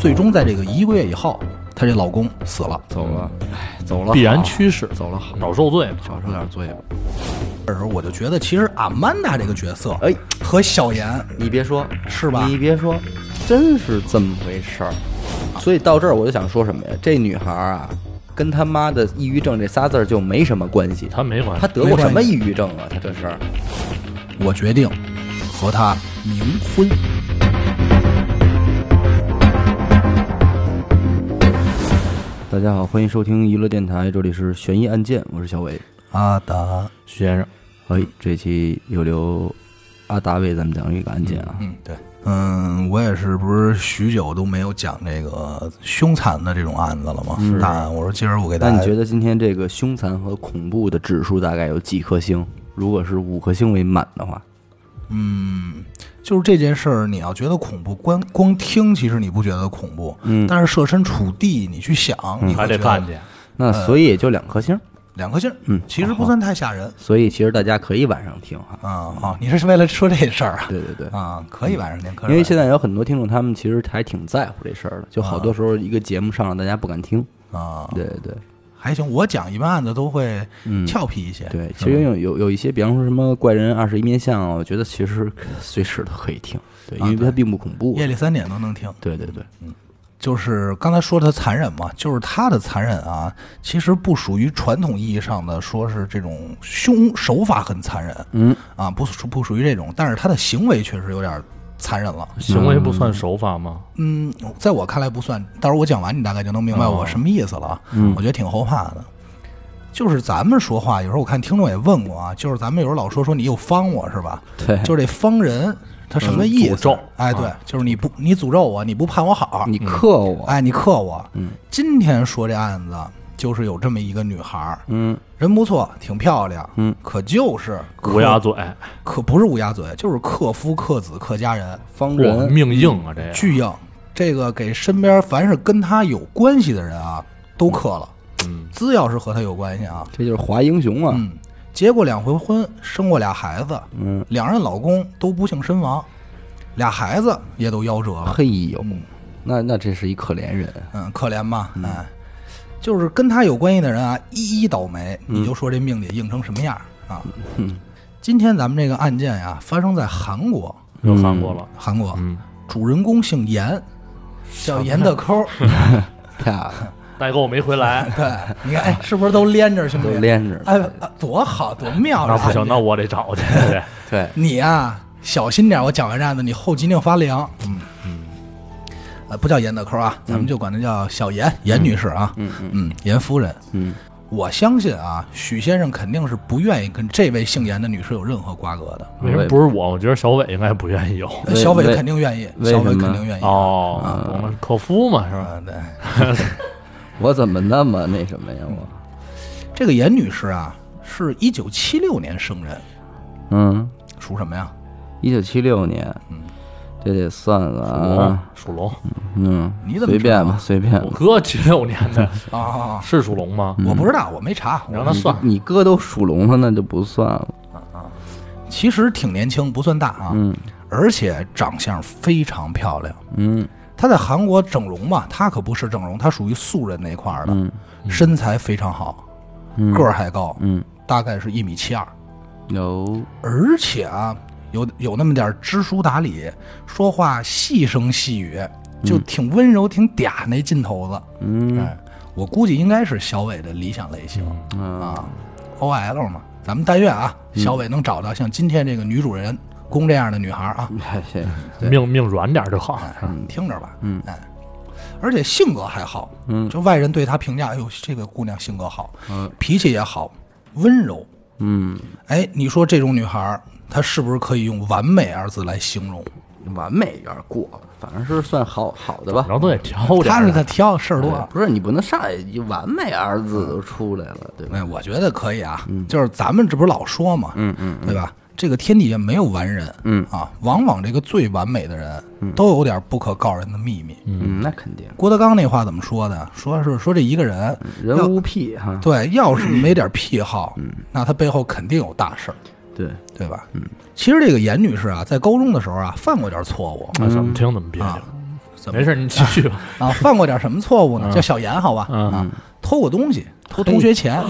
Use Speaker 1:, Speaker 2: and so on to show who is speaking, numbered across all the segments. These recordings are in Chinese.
Speaker 1: 最终在这个一个月以后，她这老公死了，
Speaker 2: 走了，哎，走了，
Speaker 3: 必然趋势，
Speaker 2: 走了好，
Speaker 3: 啊少受罪嘛。
Speaker 2: 少受点罪吧。
Speaker 1: 那时候我就觉得，其实阿曼达这个角色
Speaker 2: 哎，
Speaker 1: 和小妍
Speaker 2: 你别说，
Speaker 1: 是吧
Speaker 2: 你别说，真是这么回事儿。所以到这儿我就想说什么呀？这女孩儿啊，跟他妈的抑郁症这仨字儿就没什么关系。
Speaker 3: 他没还
Speaker 2: 她得过什么抑郁症啊？她这是
Speaker 1: 我决定和他冥婚。
Speaker 2: 大家好，欢迎收听娱乐电台，这里是悬疑案件，我是小伟。
Speaker 1: 阿达，
Speaker 3: 徐先生，
Speaker 2: 哎，这期又留阿达为咱们讲一个案件啊。
Speaker 1: 嗯，对，嗯，我也是，不是许久都没有讲这个凶残的这种案子了吗？大案，我说今儿我给大
Speaker 2: 那
Speaker 1: 家，
Speaker 2: 你觉得今天这个凶残和恐怖的指数大概有几颗星？如果是五颗星为满的话，
Speaker 1: 嗯，就是这件事儿，你要觉得恐怖，光光听其实你不觉得恐怖，
Speaker 2: 嗯
Speaker 1: 但是设身处地你去想，你
Speaker 3: 还
Speaker 1: 会
Speaker 3: 得
Speaker 1: 觉
Speaker 3: 看去。
Speaker 2: 那所以也就两颗星。
Speaker 1: 两颗星，
Speaker 2: 嗯
Speaker 1: 其实不算太吓人
Speaker 2: 所以其实大家可以晚上听哈。
Speaker 1: 啊啊！你是为了说这事儿啊？
Speaker 2: 对对对，嗯
Speaker 1: 啊，可以晚上听，可以晚上听，
Speaker 2: 因为现在有很多听众，他们其实还挺在乎这事儿的，就好多时候一个节目上了，大家不敢听。
Speaker 1: 啊，
Speaker 2: 对啊对对
Speaker 1: 还行，我讲一般案子都会俏皮一些。
Speaker 2: 嗯对，
Speaker 1: 是
Speaker 2: 其实
Speaker 1: 吧
Speaker 2: 有有有一些，比方说什么怪人二十一面相啊，我觉得其实随时都可以听，啊对，因为它并不恐怖
Speaker 1: 夜。里三点都能听。
Speaker 2: 对对对，
Speaker 1: 就是刚才说他残忍嘛，就是他的残忍啊，其实不属于传统意义上的说是这种凶手法很残忍，
Speaker 2: 嗯
Speaker 1: 啊，不属不属于这种，但是他的行为确实有点残忍了。
Speaker 3: 行为不算手法吗？
Speaker 1: 嗯，在我看来不算，到时候我讲完你大概就能明白
Speaker 2: 哦
Speaker 1: 我什么意思了。嗯，我觉得挺后怕的。就是咱们说话，有时候我看听众也问过啊，就是咱们有时候老说说你又方我是吧？
Speaker 2: 对，
Speaker 1: 就是这方人他什么意思？
Speaker 3: 哎嗯诅咒
Speaker 1: 哎，对，就是你不你诅咒我，你不盼我好，
Speaker 2: 你克我，
Speaker 1: 哎，你克我。
Speaker 3: 嗯
Speaker 1: 今天说这案子，就是有这么一个女孩儿，
Speaker 2: 嗯
Speaker 1: 人不错，挺漂亮，
Speaker 2: 嗯，
Speaker 1: 可就是
Speaker 3: 乌鸦
Speaker 1: 克
Speaker 3: 嘴，
Speaker 1: 可不是乌鸦嘴，就是克夫、克子、克家人，
Speaker 2: 方
Speaker 3: 我
Speaker 2: 人，
Speaker 3: 命硬啊，这个
Speaker 1: 巨硬。这个给身边凡是跟他有关系的人啊，都克了。
Speaker 3: 嗯，
Speaker 1: 只要是和他有关系啊，
Speaker 2: 这就是华英雄啊。
Speaker 1: 嗯，结过两回婚，生过俩孩子，
Speaker 2: 嗯，
Speaker 1: 两任老公都不幸身亡，俩孩子也都夭折了。
Speaker 2: 嘿呦
Speaker 1: 嗯，
Speaker 2: 那那这是一可怜人，
Speaker 1: 嗯，可怜吧？哎，就是跟他有关系的人啊，一一倒霉，
Speaker 2: 嗯
Speaker 1: 你就说这命得硬成什么样儿啊？今天咱们这个案件呀、发生在韩国，
Speaker 3: 又
Speaker 2: 嗯
Speaker 3: 韩国 了，
Speaker 1: 韩国
Speaker 3: 嗯，
Speaker 1: 主人公姓严，叫严德 抠。
Speaker 2: 太好了
Speaker 3: 代购没 回来，
Speaker 1: 对，你看，哎，是不是都连着兄弟
Speaker 2: 都？连着。
Speaker 1: 哎，啊多好，多妙！啊
Speaker 3: 那不
Speaker 1: 这
Speaker 3: 行，
Speaker 1: 案
Speaker 3: 那
Speaker 1: 件
Speaker 3: 我得找去， 对，
Speaker 2: 对，
Speaker 1: 你呀、小心点儿，我讲完这案子，你后脊梁发凉。嗯呃，不叫严德抠啊，
Speaker 2: 嗯
Speaker 1: 咱们就管她叫小严，严女士啊。嗯嗯，严夫人。
Speaker 2: 嗯，
Speaker 1: 我相信啊，许先生肯定是不愿意跟这位姓严的女士有任何瓜葛的。
Speaker 3: 为什么不是我？我觉得小伟应该不愿意有。
Speaker 1: 呃
Speaker 2: 为
Speaker 1: 小
Speaker 2: 为
Speaker 1: 伟肯定愿意，
Speaker 2: 为
Speaker 1: 小伟
Speaker 2: 什么
Speaker 1: 肯定愿意。
Speaker 3: 哦，我们可夫嘛，是吧？
Speaker 1: 嗯，对，
Speaker 2: 我怎么那么那什么呀？我，
Speaker 1: 这个严女士啊，是一九七六年生人，
Speaker 2: 嗯，
Speaker 1: 属什么呀？
Speaker 2: 一九七六年，这得算了啊，
Speaker 3: 属龙，
Speaker 2: 嗯，
Speaker 1: 你怎么
Speaker 2: 随
Speaker 1: 知道
Speaker 2: 便吧，随便
Speaker 3: 我
Speaker 2: 吧。
Speaker 3: 哥七六年 的，
Speaker 1: 啊、哦，
Speaker 3: 是属龙
Speaker 2: 嗯
Speaker 3: 吗？
Speaker 1: 我不知道，我没查。
Speaker 3: 让他算，
Speaker 2: 你哥都属龙了，那就不算了。
Speaker 1: 其实挺年轻，不算大啊。
Speaker 2: 嗯
Speaker 1: 而且长相非常漂亮。
Speaker 2: 嗯
Speaker 1: 她在韩国整容嘛，她可不是整容，她属于素人那块儿的，
Speaker 2: 嗯
Speaker 1: 身材非常好，
Speaker 2: 嗯，
Speaker 1: 个儿还高，
Speaker 2: 嗯
Speaker 1: 大概是一米七二，
Speaker 2: 有
Speaker 1: 而且啊，有有那么点儿知书达理，说话细声细语，就挺温柔、挺嗲那劲头子。
Speaker 2: 嗯
Speaker 1: 哎，我估计应该是小伟的理想类型、
Speaker 2: 啊
Speaker 1: 啊，OL 嘛。咱们但愿啊，小伟能找到像今天这个女主人公这样的女孩儿啊。
Speaker 2: 哎这
Speaker 3: 命命软点就好。
Speaker 1: 你听着吧，嗯，哎，而且性格还好，嗯，就外人对她评价，哎呦，这个姑娘性格好，嗯，脾气也好，温柔，
Speaker 2: 嗯
Speaker 1: 哎，你说这种女孩儿，她是不是可以用完美二字来形容？
Speaker 2: 完美有点过了，反正是算好好的吧
Speaker 3: 然。后都得挑点
Speaker 1: 她是
Speaker 3: 儿，
Speaker 1: 在挑事儿多。
Speaker 2: 不是你不能上来一完美二字都出来了，对吧？
Speaker 1: 哎，我觉得可以啊，就是咱们这不是老说嘛，嗯嗯，对吧？这个天底下没有完人，嗯啊，往往这个最完美的人都有点不可告人的秘密。
Speaker 2: 嗯，那肯定，
Speaker 1: 郭德纲那话怎么说的？说是说这一个人
Speaker 2: 人
Speaker 1: 要
Speaker 2: 无癖哈。
Speaker 1: 对，要是没点癖好，
Speaker 3: 嗯
Speaker 1: 那他背后肯定有大事儿，
Speaker 2: 对，
Speaker 1: 对吧？嗯，其实这个严女士啊，在高中的时候啊，犯过点错误
Speaker 3: 哎怎么听怎么别扭
Speaker 1: 啊。怎么
Speaker 3: 没事，你继续吧。
Speaker 1: 啊？犯过点什么错误呢？
Speaker 3: 嗯
Speaker 1: 叫小严好吧？
Speaker 3: 嗯
Speaker 1: 啊，偷过东西，偷同学钱，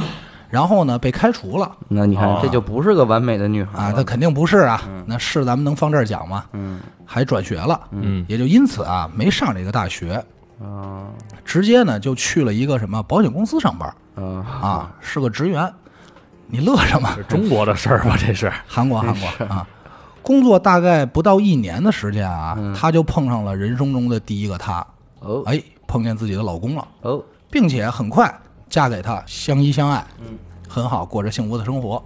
Speaker 1: 然后呢被开除了
Speaker 2: 那你看
Speaker 3: 哦，
Speaker 2: 这就不是个完美的女孩
Speaker 1: 啊？
Speaker 2: 了
Speaker 1: 那肯定不是啊，那是咱们能放这儿讲吗？
Speaker 2: 嗯
Speaker 1: 还转学了，
Speaker 3: 嗯
Speaker 1: 也就因此啊没上这个大学，
Speaker 2: 啊
Speaker 1: 直接呢就去了一个什么保险公司上班
Speaker 2: 啊，
Speaker 1: 啊，是个职员。你乐什么？
Speaker 3: 这中国的事儿吧，这是
Speaker 1: 韩国，韩国啊，工作大概不到一年的时间啊，她就碰上了人生中的第一个他，
Speaker 2: 哦
Speaker 1: 哎，碰见自己的老公了，
Speaker 2: 哦，
Speaker 1: 并且很快嫁给他，相依相爱，很好，过着幸福的生活。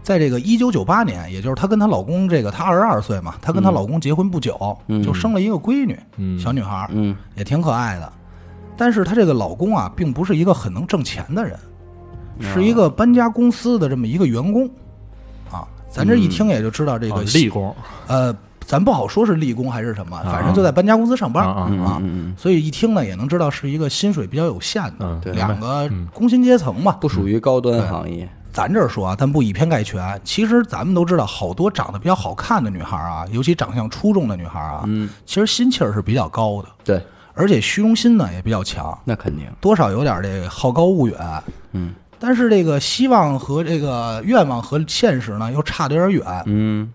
Speaker 1: 在这个一九九八年，也就是她跟她老公这个，她二十二岁嘛，她跟她老公结婚不久，就生了一个闺女，
Speaker 3: 嗯
Speaker 1: 小女孩儿，
Speaker 2: 嗯
Speaker 1: 也挺可爱的。但是她这个老公啊，并不是一个很能挣钱的人，
Speaker 3: 啊
Speaker 1: 是一个搬家公司的这么一个员工，啊，咱这一听也就知道这
Speaker 3: 啊
Speaker 1: 个
Speaker 3: 立功
Speaker 1: 呃，咱不好说是立功还是什么，反正就在搬家公司上班
Speaker 3: 啊啊
Speaker 1: 啊，所以一听呢也能知道是一个薪水比较有限
Speaker 3: 嗯
Speaker 1: 的
Speaker 3: 对
Speaker 1: 两个工薪阶层嘛。
Speaker 2: 不属于高端行业，
Speaker 1: 咱这儿说啊，咱不以偏概全，其实咱们都知道，好多长得比较好看的女孩啊，尤其长相出众的女孩啊，
Speaker 3: 嗯
Speaker 1: 其实心气儿是比较高的，
Speaker 2: 对，
Speaker 1: 而且虚荣心呢也比较强，
Speaker 2: 那肯定，
Speaker 1: 多少有点这个好高骛远。
Speaker 2: 嗯
Speaker 1: 但是这个希望和这个愿望和现实呢又差得有点远，
Speaker 2: 嗯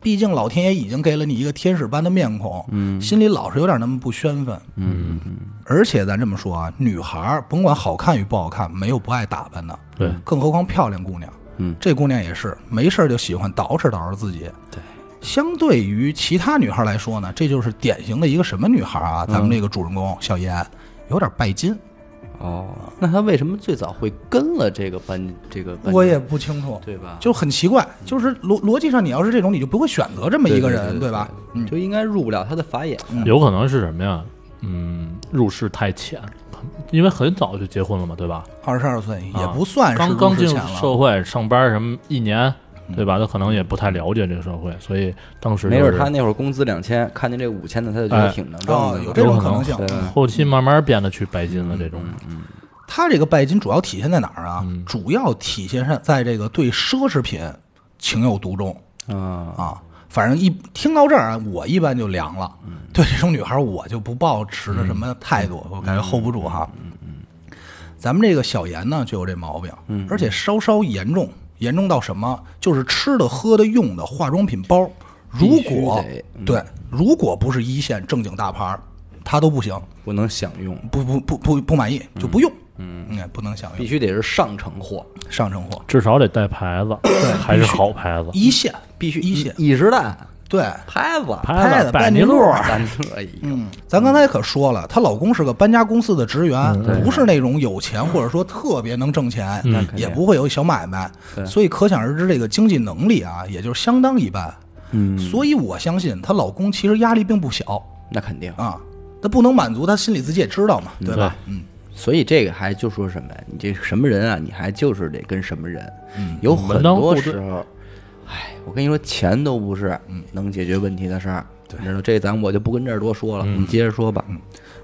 Speaker 1: 毕竟老天爷已经给了你一个天使般的面孔，嗯，心里老是有点那么不宣愤，
Speaker 2: 嗯，
Speaker 1: 而且咱这么说啊，女孩儿甭管好看与不好看，没有不爱打扮的，
Speaker 3: 对，
Speaker 1: 更何况漂亮姑娘，
Speaker 2: 嗯
Speaker 1: 这姑娘也是没事儿就喜欢捯饬捯饬自己，
Speaker 2: 对。
Speaker 1: 相对于其他女孩来说呢，这就是典型的一个什么女孩啊？咱们这个主人公小妍有点拜金，
Speaker 2: 哦，那他为什么最早会跟了这个班这个班？
Speaker 1: 我也不清楚，
Speaker 2: 对吧？
Speaker 1: 就很奇怪，就是逻逻辑上你要是这种，你就不会选择这么一个人，
Speaker 2: 对
Speaker 1: 吧？嗯，
Speaker 2: 就应该入不了他的法眼。
Speaker 3: 有可能是什么呀？嗯，入世太浅，因为很早就结婚了嘛，对吧？
Speaker 1: 二十二岁
Speaker 3: 啊
Speaker 1: 也不算是
Speaker 3: 刚刚进
Speaker 1: 入世
Speaker 3: 入
Speaker 1: 浅了
Speaker 3: 社会上班什么一年，对吧？他可能也不太了解这个社会，所以当时
Speaker 2: 没
Speaker 3: 就
Speaker 2: 准
Speaker 3: 是
Speaker 2: 他那会儿工资两千，看见这五千的，他就觉得挺能挣
Speaker 1: 哦
Speaker 2: 的，，
Speaker 1: 有
Speaker 3: 这
Speaker 1: 这
Speaker 3: 种
Speaker 1: 种
Speaker 3: 可
Speaker 1: 可
Speaker 3: 能
Speaker 1: 能
Speaker 3: 性
Speaker 1: 性。
Speaker 3: 后期慢慢变得去拜金了，这种
Speaker 1: 他这个拜金主要体现在哪儿啊？主要体现在在这个对奢侈品情有独钟
Speaker 2: 对啊，
Speaker 1: 啊。反正一听到这儿啊，我一般就凉了。
Speaker 2: 嗯
Speaker 1: 对这种女孩，我就不抱持着什么态度，我感觉 hold 不住哈。
Speaker 2: 嗯
Speaker 1: 咱们这个小严呢，就有这毛病，
Speaker 2: 嗯
Speaker 1: 而且稍稍严重，严重到什么？就是吃的、喝的、用的化妆品包，如
Speaker 2: 必须
Speaker 1: 果
Speaker 2: 得嗯
Speaker 1: 对，如果不是一线正经大牌儿，他都不行。
Speaker 2: 不能享用，
Speaker 1: 不不不不不满意就不用，嗯，不能享
Speaker 2: 必
Speaker 1: 用
Speaker 2: 须得是上乘货，
Speaker 1: 上乘货，
Speaker 3: 至少得带牌子，还是好牌子，
Speaker 1: 一线
Speaker 2: 必须嗯
Speaker 1: 一线，
Speaker 2: 以时代
Speaker 1: 对，
Speaker 2: 拍子，
Speaker 1: 拍
Speaker 3: 子
Speaker 1: 子
Speaker 3: 拜
Speaker 1: 拜尼
Speaker 3: 路
Speaker 1: 路
Speaker 3: 儿，
Speaker 2: 咱这一个
Speaker 1: 嗯，咱刚才可说了，她老公是个搬家公司的职员，不是那种有钱或者说特别能挣钱，
Speaker 2: 定
Speaker 1: 也不会有小买卖，所以可想而知这个经济能力啊，也就是相当一般，嗯，所以我相信她老公其实压力并不小
Speaker 2: 那肯定。
Speaker 1: 啊，他不能满足，他心里自己也知道嘛，对吧？嗯，
Speaker 2: 所以这个还就说什么呀？你这什么人啊？你还就是得跟什么人。
Speaker 1: 嗯
Speaker 2: 有很
Speaker 3: 门当户
Speaker 2: 多
Speaker 3: 对
Speaker 2: 时候，哎，我跟你说，钱都不是
Speaker 1: 嗯
Speaker 2: 能解决问题的事儿。你知道这咱我就不跟这儿多说了，
Speaker 1: 嗯
Speaker 2: 你接着说吧。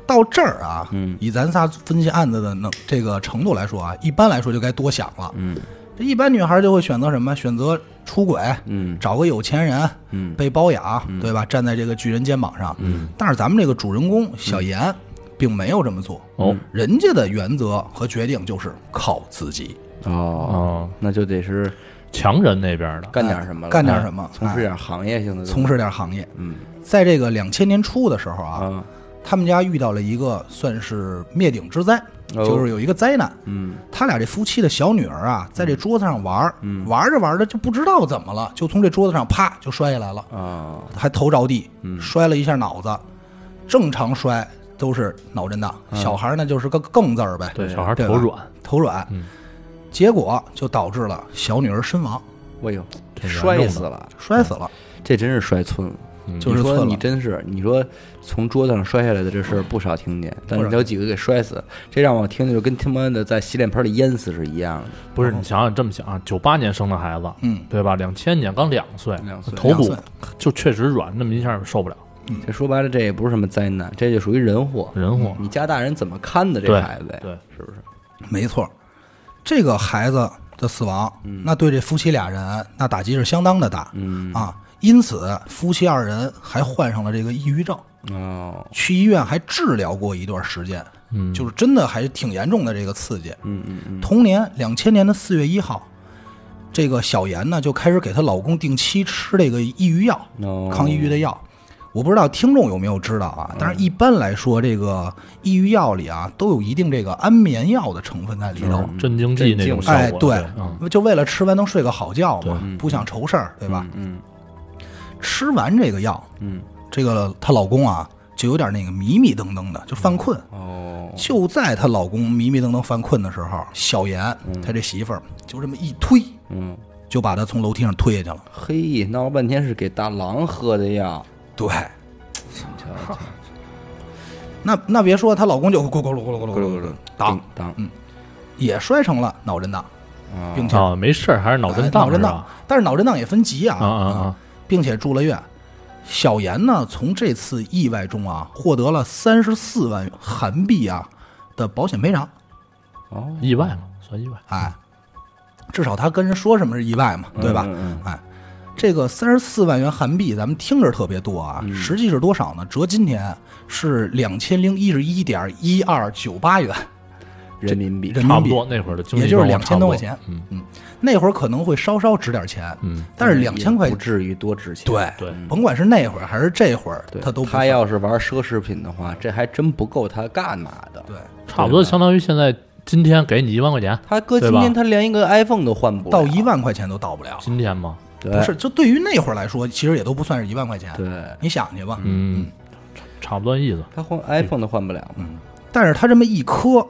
Speaker 1: 到这儿啊，
Speaker 2: 嗯
Speaker 1: 以咱仨分析案子的能这个程度来说啊，一般来说就该多想了。嗯，这一般女孩就会选择什么？选择出轨，
Speaker 2: 嗯，
Speaker 1: 找个有钱人，
Speaker 2: 嗯，
Speaker 1: 被包养，对吧？站在这个巨人肩膀上。嗯，但是咱们这个主人公小严并没有这么做。
Speaker 3: 哦
Speaker 1: 人家的原则和决定就是靠自己，
Speaker 2: 哦，
Speaker 3: 嗯，
Speaker 2: 那就得是
Speaker 3: 强人那边的，
Speaker 2: 干点什么了，
Speaker 1: 啊干点什么
Speaker 2: 哎从事点行业性的东西，
Speaker 1: 从事点行业。
Speaker 2: 嗯
Speaker 1: 在这个两千年初的时候啊，
Speaker 2: 啊，
Speaker 1: 他们家遇到了一个算是灭顶之灾，
Speaker 2: 哦
Speaker 1: 就是有一个灾难。
Speaker 2: 嗯
Speaker 1: 他俩这夫妻的小女儿啊，在这桌子上玩儿，
Speaker 2: 嗯
Speaker 1: 玩着玩着就不知道怎么了，就从这桌子上啪就摔下来了，
Speaker 2: 啊
Speaker 1: 还头着地，
Speaker 2: 嗯
Speaker 1: 摔了一下脑子。正常摔都是脑震荡，
Speaker 2: 嗯
Speaker 1: 小孩儿呢就是个更字儿呗，
Speaker 3: 对，小孩
Speaker 1: 对
Speaker 3: 头
Speaker 1: 吧
Speaker 3: 软，
Speaker 1: 头软，
Speaker 3: 嗯
Speaker 1: 结果就导致了小女儿身亡，
Speaker 2: 哎呦，
Speaker 3: 挺严重的
Speaker 2: 摔死了，
Speaker 1: 摔死了。
Speaker 2: 这真是摔寸了。
Speaker 1: 就是
Speaker 2: 嗯
Speaker 1: 寸
Speaker 2: 你说
Speaker 1: 了
Speaker 2: 你真是，你说从桌子上摔下来的这事儿不少听见，但是有几个给摔死，这让我听着就跟他妈的在洗脸盆里淹死是一样的。
Speaker 3: 不是，你想想这么想啊，九八年生的孩子，
Speaker 1: 嗯，
Speaker 3: 对吧？两千年刚两岁，
Speaker 2: 两岁
Speaker 3: 头骨
Speaker 1: 两
Speaker 3: 就确实软，那么一下受不了，
Speaker 2: 这说白了，这也不是什么灾难，这就属于人祸。
Speaker 3: 人祸
Speaker 2: 你家大人怎么看的这
Speaker 3: 嗯对
Speaker 2: 孩子呀？
Speaker 3: 对，
Speaker 2: 是不是？
Speaker 1: 没错，这个孩子的死亡，那对这夫妻俩人那打击是相当的大。
Speaker 2: 嗯
Speaker 1: 啊，因此夫妻二人还患上了这个抑郁症，
Speaker 2: 哦，
Speaker 1: 去医院还治疗过一段时间，
Speaker 3: 嗯
Speaker 1: 就是真的还挺严重的这个刺激。
Speaker 2: 嗯嗯嗯，
Speaker 1: 同年两千年的四月一号，这个小妍呢就开始给她老公定期吃这个抑郁药，
Speaker 2: 哦
Speaker 1: 抗抑郁的药。我不知道听众有没有知道啊，
Speaker 2: 嗯
Speaker 1: 但是一般来说，这个抑郁药里啊都有一定这个安眠药的成分在里头。
Speaker 3: 镇静剂那种效果，
Speaker 1: 哎，
Speaker 3: 对
Speaker 1: 对，
Speaker 3: 嗯，
Speaker 1: 就为了吃完能睡个好觉嘛
Speaker 3: 对，
Speaker 1: 不想愁事儿，对吧？
Speaker 2: 嗯
Speaker 1: 吃完这个药，
Speaker 2: 嗯，
Speaker 1: 这个她老公啊就有点那个迷迷瞪瞪的，就犯困。
Speaker 2: 哦，
Speaker 1: 就在她老公迷迷瞪瞪犯困的时候，小妍她这媳妇儿就这么一推，
Speaker 2: 嗯，
Speaker 1: 就把她从楼梯上推下去了。
Speaker 2: 嘿，闹了半天是给大郎喝的药，
Speaker 1: 对，
Speaker 2: 你瞧瞧
Speaker 1: 那那别说她老公就咕噜咕噜咕噜咕噜咕
Speaker 2: 咕噜咕
Speaker 1: 噜咕
Speaker 2: 噜
Speaker 1: 噜当
Speaker 2: 当，
Speaker 1: 也摔成了脑震荡，
Speaker 2: 啊
Speaker 1: 并且
Speaker 3: 啊，没事儿，还是脑震
Speaker 1: 哎
Speaker 3: 荡
Speaker 1: 脑震
Speaker 3: 是
Speaker 1: 荡
Speaker 3: 吧？，
Speaker 1: 但是脑震荡也分级啊
Speaker 3: 啊啊啊！
Speaker 1: 并且住了院。小严呢，从这次意外中啊，获得了三十四万韩币啊的保险赔偿。
Speaker 2: 哦，
Speaker 3: 意外嘛，算意外。
Speaker 1: 哎，至少他跟人说什么是意外嘛，对吧？
Speaker 2: 嗯
Speaker 1: 哎，这个三十四万元韩币，咱们听着特别多啊，
Speaker 2: 嗯
Speaker 1: 实际是多少呢？折今天是两千零一十一点一二九八元
Speaker 2: 人民币，
Speaker 1: 人
Speaker 3: 差
Speaker 1: 民
Speaker 3: 不
Speaker 1: 币，
Speaker 3: 多那会儿的经济
Speaker 1: 也就是
Speaker 3: 状
Speaker 1: 两
Speaker 3: 况
Speaker 1: 千多块
Speaker 3: 差
Speaker 1: 钱。
Speaker 3: 不多。嗯
Speaker 1: 那会儿可能会稍稍值点钱，
Speaker 3: 嗯，
Speaker 1: 但是两千块
Speaker 2: 不至于多值钱，嗯
Speaker 1: 对
Speaker 3: 对
Speaker 1: 甭管是那会儿还是这会儿
Speaker 2: 对，，
Speaker 1: 他都不
Speaker 2: 他
Speaker 1: 算
Speaker 2: 要是玩奢侈品的话，这还真不够他干嘛的。
Speaker 1: 对。
Speaker 3: 差不多相当于现在今天给你一万块钱，
Speaker 2: 他哥今
Speaker 3: 对
Speaker 2: 天
Speaker 3: 吧
Speaker 2: 他连一个 iPhone 都换不了
Speaker 1: 到一，万块钱都到不了，
Speaker 3: 今天吗？
Speaker 2: 对
Speaker 1: 不是？就对于那会儿来说，其实也都不算是一万块钱。
Speaker 2: 对，
Speaker 1: 你想去吧。
Speaker 3: 嗯，差差不多意思。
Speaker 2: 他换 iPhone 都换不了
Speaker 1: 嗯
Speaker 2: 嘛，
Speaker 1: 但是他这么一磕，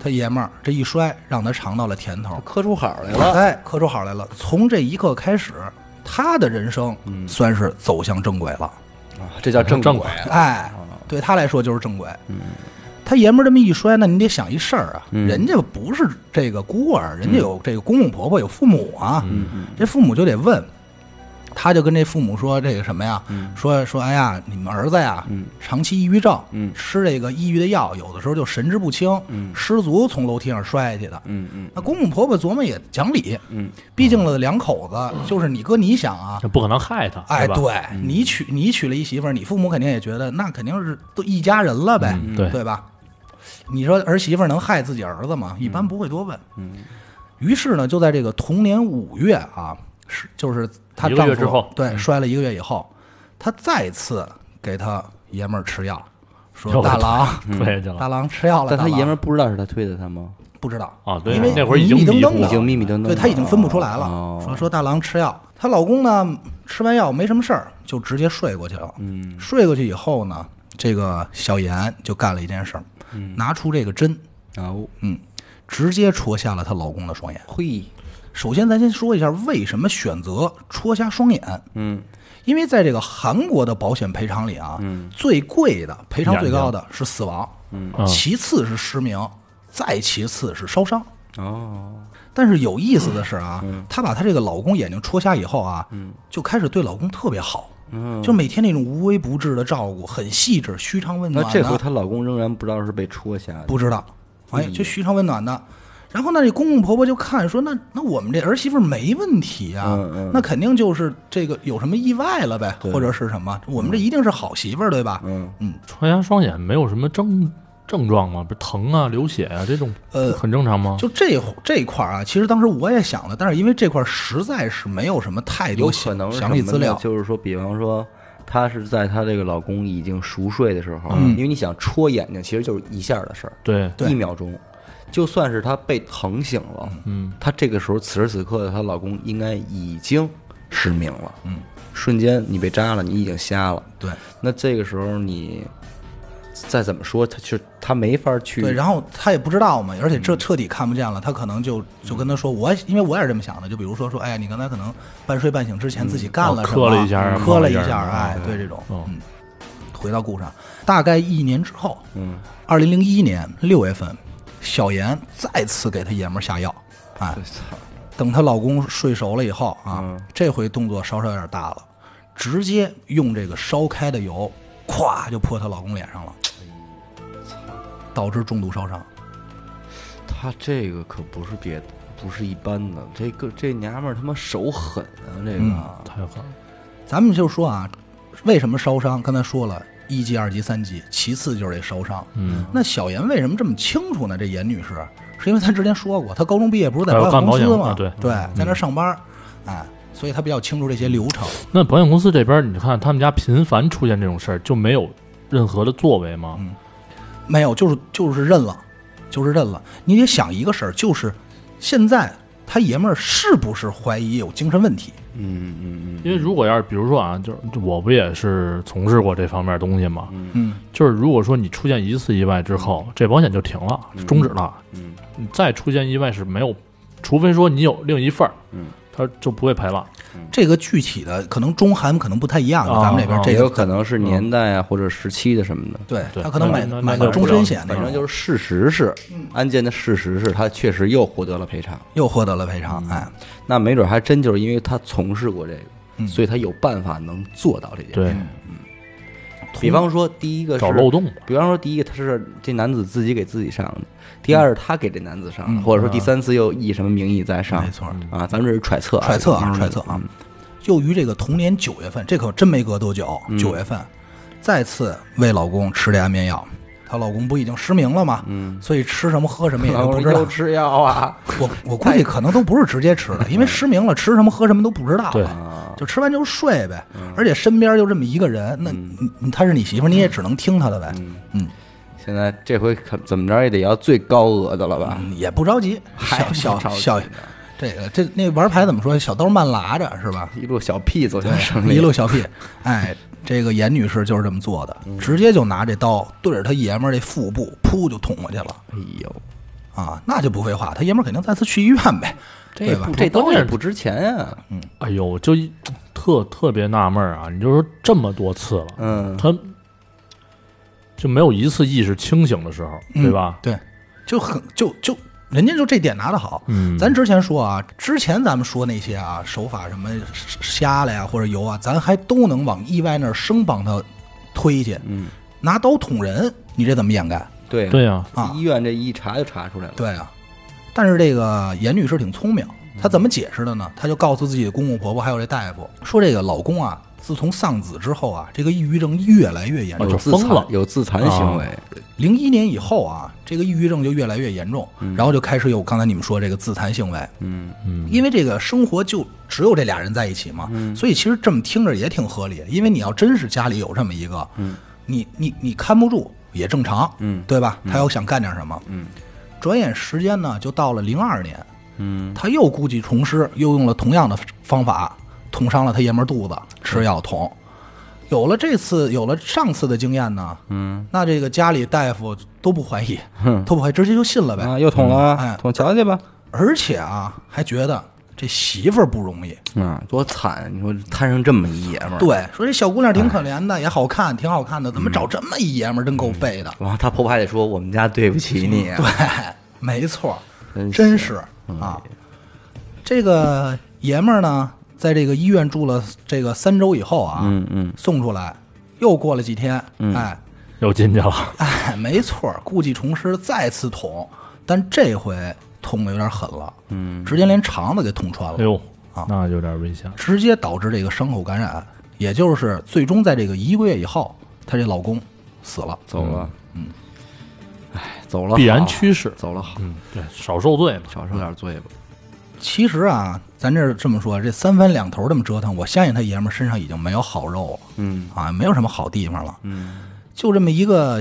Speaker 1: 他爷们儿这一摔，让他尝到了甜头，
Speaker 2: 磕出好来了。
Speaker 1: 哎，磕出好来了。从这一刻开始，他的人生算是走向正轨了。
Speaker 2: 啊，这叫正
Speaker 3: 正
Speaker 2: 轨。
Speaker 1: 哎，嗯对他来说就是正轨。他爷们儿这么一摔，那你得想一事儿啊，人家不是这个孤儿，人家有这个公公婆婆，有父母啊，这父母就得问。他就跟这父母说这个什么呀？说说，哎呀，你们儿子呀，长期抑郁症，
Speaker 2: 嗯
Speaker 1: 吃这个抑郁的药，有的时候就神志不清，失足从楼梯上摔下去的。
Speaker 2: 嗯嗯
Speaker 1: 那公公婆婆琢磨也讲理，
Speaker 2: 嗯，
Speaker 1: 毕竟了两口子，就是你哥你想啊，
Speaker 3: 那不可能害他，
Speaker 1: 哎，
Speaker 3: 吧？
Speaker 1: 对你娶你娶了一媳妇儿，你父母肯定也觉得那肯定是都一家人了呗，
Speaker 3: 嗯
Speaker 1: 对
Speaker 3: 对
Speaker 1: 吧？你说儿媳妇儿能害自己儿子吗？一般不会多问。
Speaker 2: 嗯，
Speaker 1: 于是呢，就在这个同年五月啊，是就是她
Speaker 3: 一个
Speaker 1: 丈夫
Speaker 3: 月之后嗯
Speaker 1: 对摔了一个月以后，她再次给她爷们儿吃药，说
Speaker 3: 又
Speaker 1: 大郎
Speaker 3: 对去了
Speaker 1: 大郎吃药了，
Speaker 2: 但他
Speaker 1: 大郎
Speaker 2: 爷们儿不知道是他推的他吗？
Speaker 1: 不知道
Speaker 3: 啊，对
Speaker 1: 因为，
Speaker 3: 那会儿已经
Speaker 1: 迷迷瞪
Speaker 3: 迷
Speaker 1: 瞪
Speaker 3: 糊
Speaker 1: 的，
Speaker 2: 已经迷迷瞪瞪
Speaker 1: 对
Speaker 2: 了
Speaker 1: 她已经分不出来了。
Speaker 2: 哦
Speaker 1: 说说大郎吃药，她老公呢吃完药没什么事儿，就直接睡过去了。
Speaker 2: 嗯
Speaker 1: 睡过去以后呢，这个小妍就干了一件事儿，
Speaker 2: 嗯
Speaker 1: 拿出这个针，
Speaker 2: 啊，哦
Speaker 1: 嗯，直接戳瞎了她老公的双眼。
Speaker 2: 嘿，
Speaker 1: 首先，咱先说一下为什么选择戳瞎双眼，
Speaker 2: 嗯
Speaker 1: 因为在这个韩国的保险赔偿里啊，
Speaker 2: 嗯
Speaker 1: 最贵的赔偿最高的是死亡，
Speaker 3: 嗯
Speaker 1: 其次是失明，再其次是烧伤。
Speaker 2: 哦，嗯
Speaker 1: 但是有意思的是啊，她把她这个老公眼睛戳瞎以后啊，就开始对老公特别好，
Speaker 2: 嗯
Speaker 1: 就每天那种无微不至的照顾，很细致，嘘长问
Speaker 2: 那
Speaker 1: 暖啊的。
Speaker 2: 这回她老公仍然不知道是被戳瞎的。
Speaker 1: 不知道，哎，
Speaker 2: 嗯
Speaker 1: 就嘘长问暖的。然后呢，这公公婆婆就看说，那那我们这儿媳妇儿没问题啊，
Speaker 2: 嗯嗯
Speaker 1: 那肯定就是这个有什么意外了呗，或者是什么，我们这一定是好媳妇儿，对吧？
Speaker 2: 嗯
Speaker 1: 嗯，
Speaker 3: 戳瞎双眼没有什么症症状吗？不是疼啊、流血啊这种，
Speaker 1: 呃
Speaker 3: 很正常吗？
Speaker 1: 就这这块儿啊，其实当时我也想了，但是因为这块儿实在是没有什么太多
Speaker 2: 有可能是
Speaker 1: 详细
Speaker 2: 什么
Speaker 1: 资
Speaker 2: 呢
Speaker 1: 料，
Speaker 2: 就是说，比方说，她是在她这个老公已经熟睡的时候，
Speaker 1: 嗯
Speaker 2: 因为你想戳眼睛，其实就是一下的事儿，
Speaker 3: 对，
Speaker 1: 对
Speaker 2: 一秒钟，就算是她被疼醒了，
Speaker 3: 嗯，
Speaker 2: 她这个时候此时此刻的她老公应该已经失明了，
Speaker 1: 嗯，
Speaker 2: 瞬间你被扎了，你已经瞎了，
Speaker 1: 对
Speaker 2: 那这个时候你再怎么说，她就她没法去，
Speaker 3: 嗯
Speaker 1: 对，然后他也不知道嘛，而且这彻底看不见了，他可能
Speaker 3: 嗯
Speaker 1: 就就跟他说，我因为我也是这么想的，就比如说说，哎呀，你刚才可能半睡半醒之前自己干了
Speaker 3: 哦
Speaker 1: 什
Speaker 3: 磕
Speaker 1: 么，
Speaker 3: 了一下
Speaker 1: 磕
Speaker 3: 啊
Speaker 1: 了一
Speaker 3: 摸了一
Speaker 1: 下，
Speaker 3: 下
Speaker 1: 哎，对这种，
Speaker 3: 哦
Speaker 1: 嗯，回到故事上，啊大概一年之后，
Speaker 2: 嗯，
Speaker 1: 二零零一年六月份，小妍再次给她爷们儿下药，哎，
Speaker 2: 操，
Speaker 1: 等她老公睡熟了以后啊，
Speaker 2: 嗯
Speaker 1: 这回动作稍稍有点大了，直接用这个烧开的油，咵就泼她老公脸上了，
Speaker 3: 哎
Speaker 1: 导致重度烧伤。
Speaker 2: 她这个可不是别的。不是一般的，这个这娘们儿他妈手狠啊！这个、
Speaker 1: 嗯
Speaker 3: 太狠了，
Speaker 1: 咱们就说啊，为什么烧伤？刚才说了一级、二级、三级，其次就是这烧伤。
Speaker 3: 嗯，
Speaker 1: 那小严为什么这么清楚呢？这严女士是因为她之前说过，她高中毕业不是在
Speaker 3: 哎
Speaker 1: 保
Speaker 3: 干
Speaker 1: 险公
Speaker 3: 保
Speaker 1: 司
Speaker 3: 险
Speaker 1: 吗？
Speaker 3: 啊对
Speaker 1: 在那儿上班，哎，所以她比较清楚这些流程。
Speaker 3: 那保险公司这边，你看他们家频繁出现这种事儿，就没有任何的作为吗？
Speaker 1: 没有，就是就是认了，就是认了。你得想一个事儿，就是现在他爷们儿是不是怀疑有精神问题？
Speaker 2: 嗯嗯
Speaker 3: 因为如果要是比如说啊，就是我不也是从事过这方面的东西嘛，
Speaker 1: 嗯，
Speaker 3: 就是如果说你出现一次意外之后，这保险就停了，终止了。
Speaker 2: 嗯
Speaker 3: 你再出现意外是没有，除非说你有另一份儿，
Speaker 2: 嗯，
Speaker 3: 他就不会赔了。
Speaker 1: 这个具体的可能中韩可能不太一样，
Speaker 3: 哦
Speaker 1: 咱们这边
Speaker 3: 哦
Speaker 2: 也
Speaker 1: 这
Speaker 2: 有
Speaker 1: 个嗯
Speaker 2: 可能是年代啊，或者时期的什么的。
Speaker 1: 对
Speaker 3: 对
Speaker 1: 他可能买
Speaker 3: 那那
Speaker 1: 买
Speaker 3: 那
Speaker 1: 个终身险那
Speaker 2: 反
Speaker 1: 种，
Speaker 2: 正就是事实是，案件的事实是他确实又获得了赔偿，
Speaker 1: 又获得了赔偿。
Speaker 2: 嗯
Speaker 1: 哎，
Speaker 2: 那没准还真就是因为他从事过这个，
Speaker 1: 嗯
Speaker 2: 所以他有办法能做到这件事。
Speaker 3: 对，
Speaker 2: 比方说，第一个是
Speaker 3: 找漏洞吧。
Speaker 2: 比方说，第一个他是这男子自己给自己上的，第
Speaker 1: 嗯
Speaker 2: 二是他给这男子上的，或者说第三次又以什么名义再上
Speaker 1: 没错，
Speaker 2: 啊？咱们这是揣测啊，
Speaker 1: 嗯揣测啊，
Speaker 2: 嗯
Speaker 1: 揣测啊。就于这个同年九月份，这可真没隔多久，
Speaker 2: 嗯
Speaker 1: 九月份再次喂老公吃这安眠药，她老公不已经失明了吗？嗯，所以吃什么喝什么也
Speaker 2: 然
Speaker 1: 就
Speaker 2: 后
Speaker 1: 不知道
Speaker 2: 又。吃嗯药啊，
Speaker 1: 我我估计可能都不是直接吃的，因为失明了，吃什么喝什么都不知道
Speaker 3: 对
Speaker 1: 了，就吃完就睡呗。
Speaker 2: 嗯
Speaker 1: 而且身边就这么一个人，那你你他是你媳妇儿，你也只能听他的呗。嗯，
Speaker 2: 现在这回可怎么着也得要最高额的了吧？
Speaker 1: 嗯也不着急，
Speaker 2: 还
Speaker 1: 小小
Speaker 2: 不着急
Speaker 1: 小
Speaker 2: 呢，
Speaker 1: 这个这那玩牌怎么说？小刀慢拉着是吧？
Speaker 2: 一路小屁走向胜
Speaker 1: 嗯
Speaker 2: 利，
Speaker 1: 一路小屁，哎，这个严女士就是这么做的，
Speaker 2: 嗯
Speaker 1: 直接就拿这刀对着她爷们儿这腹部，噗就捅过去了
Speaker 2: 哎呦，
Speaker 1: 啊！那就不废话，她爷们儿肯定再次去医院呗，对
Speaker 2: 这
Speaker 1: 吧
Speaker 2: 不？这都也不值钱啊，
Speaker 3: 哎呦，我就一特特别纳闷儿啊！你就说这么多次了，
Speaker 2: 嗯，
Speaker 3: 他就没有一次意识清醒的时候，
Speaker 1: 嗯
Speaker 3: 对吧？
Speaker 1: 对，就很就就人家就这点拿的好。
Speaker 3: 嗯
Speaker 1: 咱之前说啊，之前咱们说那些啊手法什么瞎了呀或者油啊，咱还都能往意外那儿生帮他推去。
Speaker 2: 嗯，
Speaker 1: 拿刀捅人，你这怎么掩盖？
Speaker 2: 对
Speaker 3: 对呀、
Speaker 1: 啊
Speaker 2: 医院这一查就查出来了，
Speaker 1: 对啊，但是这个严女士挺聪明，
Speaker 3: 嗯
Speaker 1: 她怎么解释的呢？她就告诉自己的公公婆婆还有这大夫，说这个老公啊，自从丧子之后啊，这个抑郁症越来越严
Speaker 3: 哦
Speaker 1: 重。
Speaker 2: 有
Speaker 3: 就
Speaker 2: 自
Speaker 3: 疯
Speaker 2: 残
Speaker 3: 了
Speaker 2: 有自残行为，
Speaker 1: 哦零一年以后啊，这个抑郁症就越来越严重，然后就开始有刚才你们说这个自残行为。
Speaker 2: 嗯嗯
Speaker 3: 嗯，
Speaker 1: 因为这个生活就只有这俩人在一起嘛，所以其实这么听着也挺合理。因为你要真是家里有这么一个，你你你看不住也正常，
Speaker 2: 嗯
Speaker 1: 对吧？他要想干点什么，
Speaker 2: 嗯
Speaker 1: 转眼时间呢，就到了零二年，
Speaker 2: 嗯，
Speaker 1: 他又故技重施，又用了同样的方法捅伤了他爷们儿肚子，吃药捅。有了这次，有了上次的经验呢，嗯，那这个家里大夫都不怀疑，都不怀疑，直接就信了呗。
Speaker 2: 啊，又捅了
Speaker 1: 哎
Speaker 2: 啊，捅瞧瞧去吧，
Speaker 1: 而且啊，还觉得这媳妇儿不容易，
Speaker 2: 啊，多惨！你说摊上这么一爷们儿，，
Speaker 1: 对，哎说这小姑娘挺可怜的，也好看，挺好看的，怎么找这么一爷们儿，真够背的。嗯
Speaker 2: 然后他婆婆还得说我们家对不起你啊，
Speaker 1: 对，没错，
Speaker 2: 真是
Speaker 1: 真是啊。这个爷们儿呢，在这个医院住了这个三周以后啊，
Speaker 2: 嗯嗯，
Speaker 1: 送出来，又过了几天，哎
Speaker 3: 又进去了，
Speaker 2: 哦
Speaker 1: 哎，没错，故技重施，再次捅，但这回捅的有点狠了，嗯，直接连肠子给捅穿
Speaker 3: 哎
Speaker 1: 了，
Speaker 3: 呦，那有点危险。
Speaker 1: 直接导致这个伤口感染，也就是最终在这个一个月以后，她这老公死了。
Speaker 2: 走了，嗯，哎，走了好，
Speaker 3: 必然趋势
Speaker 2: 走了好，
Speaker 3: 嗯，对，少受罪嘛。
Speaker 2: 少受点罪吧，
Speaker 1: 其实啊，咱这儿这么说，这三番两头这么折腾，我相信他爷们儿身上已经没有好肉了，
Speaker 2: 嗯
Speaker 1: 啊，没有什么好地方了。
Speaker 2: 嗯，
Speaker 1: 就这么一个，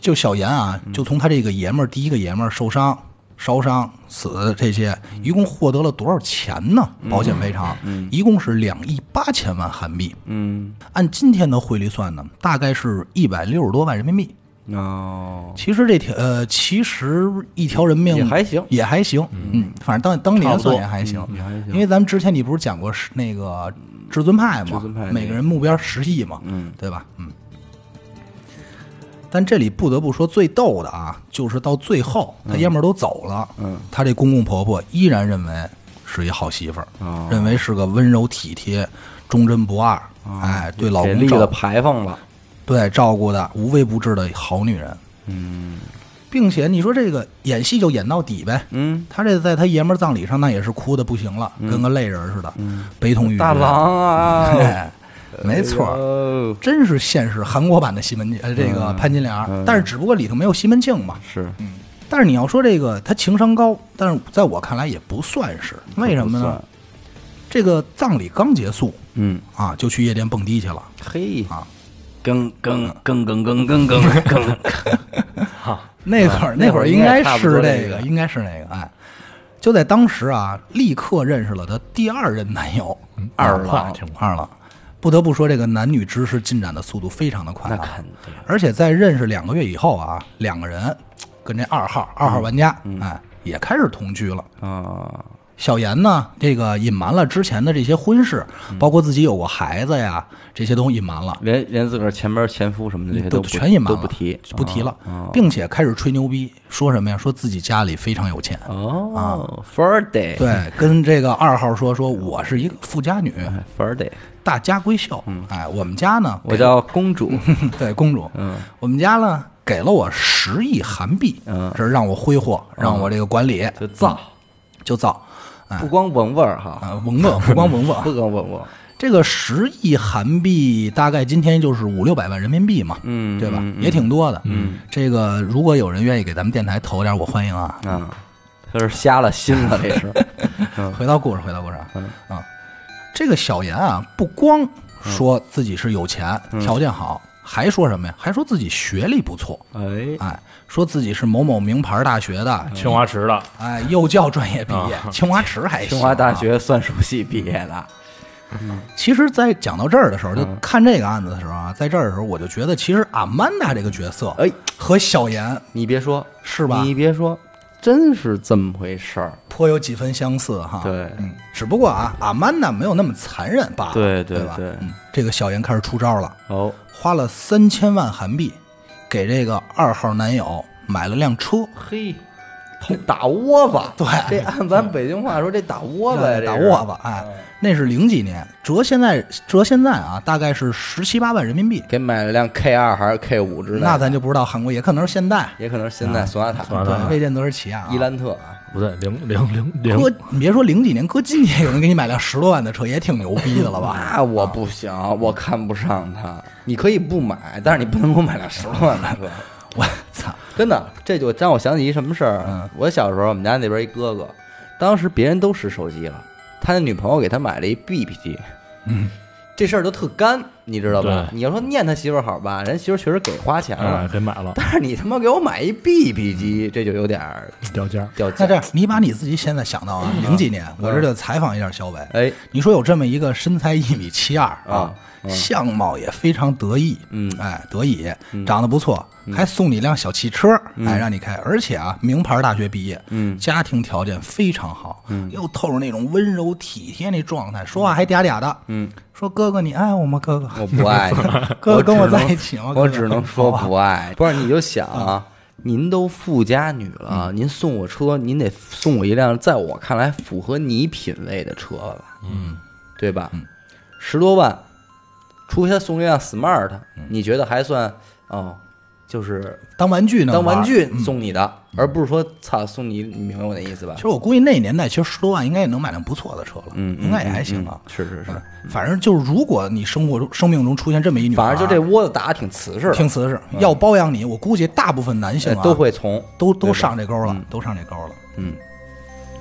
Speaker 1: 就小严啊，就从他这个爷们儿第一个爷们儿受伤、烧伤、死这些，
Speaker 2: 嗯
Speaker 1: 一共获得了多少钱呢？保险赔偿，一共是两亿八千万韩币，
Speaker 2: 嗯，
Speaker 1: 按今天的汇率算呢，大概是一百六十多万人民币。
Speaker 2: 哦，
Speaker 1: 其实这条呃，其实一条人命
Speaker 2: 也还行
Speaker 1: 也还行，嗯，反正当当
Speaker 3: 差
Speaker 1: 年
Speaker 3: 不多
Speaker 1: 算也还行，
Speaker 2: 嗯也还行
Speaker 1: 因为咱们之前你不是讲过是那个至尊派
Speaker 2: 至
Speaker 1: 嘛
Speaker 2: 尊派那，个
Speaker 1: 每个人目标十亿嘛，
Speaker 2: 嗯，
Speaker 1: 对吧？嗯。但这里不得不说，最逗的啊，就是到最后他爷们儿都走了，
Speaker 2: 嗯，
Speaker 1: 他这公公婆婆依然认为是一好媳妇儿，
Speaker 2: 哦
Speaker 1: 认为是个温柔体贴、忠贞不二，哎，对老
Speaker 2: 哦给
Speaker 1: 公
Speaker 2: 立
Speaker 1: 照
Speaker 2: 了牌坊了，
Speaker 1: 对照顾的无微不至的好女人。
Speaker 2: 嗯
Speaker 1: 并且你说这个演戏就演到底呗，
Speaker 2: 嗯，
Speaker 1: 他这在他爷们儿
Speaker 2: 嗯
Speaker 1: 葬礼上那也是哭的不行了，跟个泪人似的，悲痛欲绝。
Speaker 2: 大郎啊，
Speaker 1: 哎， 没错儿，
Speaker 2: 哦，
Speaker 1: 真是现实韩国版的西门庆，呃，这
Speaker 2: 嗯
Speaker 1: 个潘金莲儿，但是只不过里头没有西门庆嘛。
Speaker 2: 是
Speaker 1: 但是你要说这个他情商高，但是在我看来也不算是，为什么
Speaker 2: 不
Speaker 1: 呢
Speaker 2: 算？
Speaker 1: 这个葬礼刚结束
Speaker 2: 嗯，
Speaker 1: 啊，就去夜店蹦迪去了
Speaker 2: 嘿，
Speaker 1: 啊。
Speaker 2: 更更更更更更更更，
Speaker 1: 那会儿
Speaker 2: 嗯
Speaker 1: 那
Speaker 2: 那会
Speaker 1: 会
Speaker 2: 儿
Speaker 1: 儿
Speaker 2: 应
Speaker 1: 应
Speaker 2: 该
Speaker 1: 该
Speaker 2: 差不多
Speaker 1: 是
Speaker 2: 这
Speaker 1: 这
Speaker 2: 个
Speaker 1: 个，应该是那个，哎，就在当时啊，立刻认识了她第二任男友
Speaker 2: 嗯二
Speaker 1: 郎
Speaker 3: 快挺快
Speaker 1: 二郎。不得不说，这个男女知识进展的速度非常的快、
Speaker 2: 那
Speaker 1: 啊，
Speaker 2: 肯定
Speaker 1: 而且在认识两个月以后啊，两个人跟这二号二
Speaker 2: 嗯
Speaker 1: 号玩家，哎，也开始同居了。
Speaker 2: 啊，
Speaker 1: 小严呢，这个隐瞒了之前的这些婚事，
Speaker 2: 嗯
Speaker 1: 包括自己有过孩子呀，这些都隐瞒了，
Speaker 2: 连连自个儿前边前夫什么的这些
Speaker 1: 都
Speaker 2: 不
Speaker 1: 全隐瞒了，
Speaker 2: 都不提
Speaker 1: 不提了，
Speaker 2: 啊
Speaker 1: 并且开始吹牛逼，说什么呀？说自己家里非常有钱。
Speaker 2: 哦 f i r day
Speaker 1: 啊对，跟这个二号说，说我是一个富家女，
Speaker 2: f i r day，
Speaker 1: 大家闺秀。哎，我们家呢，
Speaker 2: 嗯我叫公主，
Speaker 1: 对公主，
Speaker 2: 嗯，
Speaker 1: 我们家呢给了我十亿韩币，
Speaker 2: 嗯
Speaker 1: 这是让我挥霍，让我这个管理嗯
Speaker 2: 就造，
Speaker 1: 就造，哎
Speaker 2: 不光闻味儿哈，
Speaker 1: 啊，文文不光文文，
Speaker 2: 不光闻味儿，
Speaker 1: 这个十亿韩币大概今天就是五六百万人民币嘛，
Speaker 2: 嗯
Speaker 1: 对吧
Speaker 2: 嗯？嗯
Speaker 1: 也挺多的。嗯，这个如果有人愿意给咱们电台投点，我欢迎啊。
Speaker 2: 啊，这是瞎了心了，这是，
Speaker 1: 回到故事，回到故事啊
Speaker 2: 嗯
Speaker 1: 啊，这个小严啊，不光说自己是有钱，
Speaker 2: 嗯
Speaker 1: 条件好，还说什么呀？还说自己学历不错，
Speaker 2: 哎，
Speaker 1: 哎，说自己是某某名牌大学
Speaker 2: 嗯
Speaker 1: 的，
Speaker 3: 青花瓷的，
Speaker 1: 哎，幼教专业毕业，清华池还行
Speaker 2: 清
Speaker 1: 啊
Speaker 2: 华大。学算术系毕业的，
Speaker 1: 其实，在讲到这儿的
Speaker 2: 嗯
Speaker 1: 时候，就看这个案子的时候啊，在这儿的时候，我就觉得，其实阿曼达这个角色，
Speaker 2: 哎，
Speaker 1: 和小严
Speaker 2: 你别说，
Speaker 1: 是吧
Speaker 2: 你别说，真是这么回事儿，
Speaker 1: 颇有几分相似哈。
Speaker 2: 对
Speaker 1: 嗯，只不过啊，阿曼达没有那么残忍罢了。
Speaker 2: 对对
Speaker 1: 对吧？
Speaker 2: 对
Speaker 1: 嗯，这个小严开始出招了，
Speaker 2: 哦，
Speaker 1: 花了三千万韩币给这个二号男友买了辆车，
Speaker 2: 嘿，这打窝吧，
Speaker 1: 对
Speaker 2: 这按咱北京话说，这打窝吧，这
Speaker 1: 打
Speaker 2: 是嗯
Speaker 1: 窝子，哎，那是零几年，折现在折现在啊，大概是十七八万人民币。
Speaker 2: 给买了辆 K 二还是 K 五之类的，
Speaker 1: 那咱就不知道韩国，也可能是现代，
Speaker 2: 也可能是现在啊索纳
Speaker 3: 索纳
Speaker 2: 塔、
Speaker 3: 塔
Speaker 1: 对，未见得是起亚、啊。
Speaker 2: 伊兰特啊，
Speaker 3: 不对，零零零零
Speaker 1: 哥，你别说零几年，搁今天有人给你买辆十多万的车，也挺牛逼的了 吧？
Speaker 2: 那我不行，我看不上他。啊你可以不买，但是你不能给我买辆十多万的车。
Speaker 1: 我操！
Speaker 2: 真的，这就让我想起一什么事儿。
Speaker 1: 嗯
Speaker 2: 嗯我小时候，我们家那边一哥哥，当时别人都使手机了，他的女朋友给他买了一 BB 机。嗯， 这事儿都特干，你知道吧？
Speaker 3: 对
Speaker 2: 你要说念他媳妇儿好吧，人媳妇儿确实给花钱
Speaker 3: 哎
Speaker 1: 啊
Speaker 2: 了，
Speaker 3: 给买了，
Speaker 2: 但是你他妈给我买一 BB 机，这就有点儿
Speaker 3: 掉价儿。
Speaker 2: 掉
Speaker 1: 那
Speaker 2: 价
Speaker 1: 这。样，你把你自己现在想到
Speaker 2: 嗯
Speaker 1: 啊，零几年，我这就采访一下小伟。
Speaker 2: 哎，
Speaker 1: 你说有这么一个身材一米七二
Speaker 2: 啊
Speaker 1: 啊，相貌也非常得意，
Speaker 2: 嗯
Speaker 1: 哎，得意，长得不错，还送你辆小汽车，哎，让你开，而且啊，名牌大学毕业，
Speaker 2: 嗯
Speaker 1: 家庭条件非常好，又透着那种温柔体贴那状态，说话还嗲嗲的，
Speaker 2: 嗯，
Speaker 1: 说哥哥你爱我吗？哥哥，
Speaker 2: 我不爱 你，
Speaker 1: 哥
Speaker 2: 我
Speaker 1: 跟
Speaker 2: 只
Speaker 1: 我在
Speaker 2: 能
Speaker 1: 一起吗
Speaker 2: 我
Speaker 1: 哥哥
Speaker 2: 只能说不爱。啊不是，你就想啊，您都富家女了，您送我车，您得送我一辆在我看来符合你品味的车吧，
Speaker 3: 嗯，
Speaker 2: 对吧？十多万，除非他送一辆 smart，你觉得还算哦，就是
Speaker 1: 当玩具呢？
Speaker 2: 当玩
Speaker 1: 玩
Speaker 2: 具送你的，而不是说操送你，你明白我的意思吧
Speaker 1: 其？实我估计那年代，其实十多万应该也能买辆不错的车了，
Speaker 2: 嗯，嗯
Speaker 1: 应该也还行啊
Speaker 2: 嗯。是是是
Speaker 1: 嗯，反正就是，如果你生活中、生命中出现这么一女孩
Speaker 2: 反
Speaker 1: 儿，
Speaker 2: 正就这窝子打得挺瓷实的，
Speaker 1: 挺瓷实，要包养你，我估计大部分男性
Speaker 2: 呃
Speaker 1: 啊
Speaker 2: 嗯都会从，
Speaker 1: 都
Speaker 2: 对
Speaker 1: 都
Speaker 2: 吧
Speaker 1: 上这钩
Speaker 2: 嗯
Speaker 1: 了，都上这钩了。
Speaker 2: 嗯，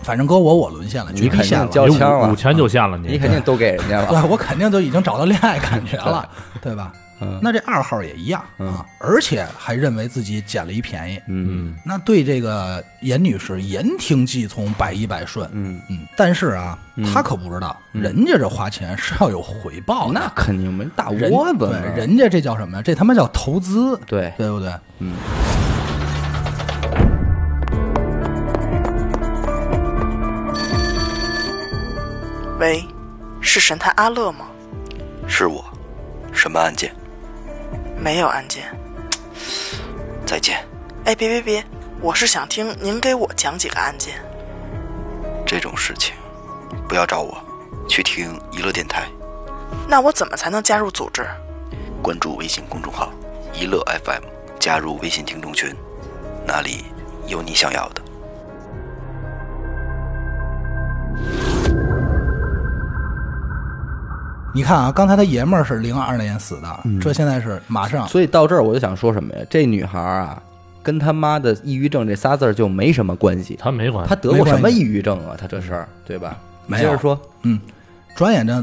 Speaker 1: 反正搁我，我沦陷了，
Speaker 2: 你
Speaker 1: 绝逼
Speaker 2: 肯定
Speaker 1: 陷了。
Speaker 2: 交
Speaker 3: 你
Speaker 2: 枪了嗯
Speaker 3: 五五千就下了你，
Speaker 2: 你肯定都给人家了。
Speaker 1: 对，我肯定就已经找到恋爱感觉了， 对吧？
Speaker 2: 嗯
Speaker 1: 那这二号也一样啊，而且还认为自己捡了一便宜。
Speaker 2: 嗯
Speaker 1: 那对这个严女士言听计从，百依百顺。
Speaker 2: 嗯，
Speaker 1: 嗯，但是啊，她可不知道，人家这花钱是要有回报的。
Speaker 2: 那肯定没大
Speaker 1: 人
Speaker 2: 窝子呢
Speaker 1: 对，人家这叫什么呀？这他妈叫投资，
Speaker 2: 对
Speaker 1: 对不对？嗯。
Speaker 4: 喂，是神探阿乐吗？
Speaker 5: 是我，什么案件？
Speaker 4: 没有案件。
Speaker 5: 再见，
Speaker 4: 哎，别别别，我是想听您给我讲几个案件。
Speaker 5: 这种事情不要找我，去听娱乐电台，
Speaker 4: 那我怎么才能加入组织？
Speaker 5: 关注微信公众号“娱乐 FM”，加入微信听众群，那里有你想要的。
Speaker 1: 你看啊，刚才他爷们儿是零二年死的，
Speaker 2: 嗯
Speaker 1: 这现在是马上
Speaker 2: 所以到这儿我就想说什么呀？这女孩儿啊，跟他妈的抑郁症这仨字儿就没什么关系。
Speaker 3: 他没管
Speaker 2: 她得过什么抑郁症啊？她这事儿对吧？
Speaker 1: 没
Speaker 2: 接
Speaker 1: 有
Speaker 2: 着说，
Speaker 1: 嗯，转眼这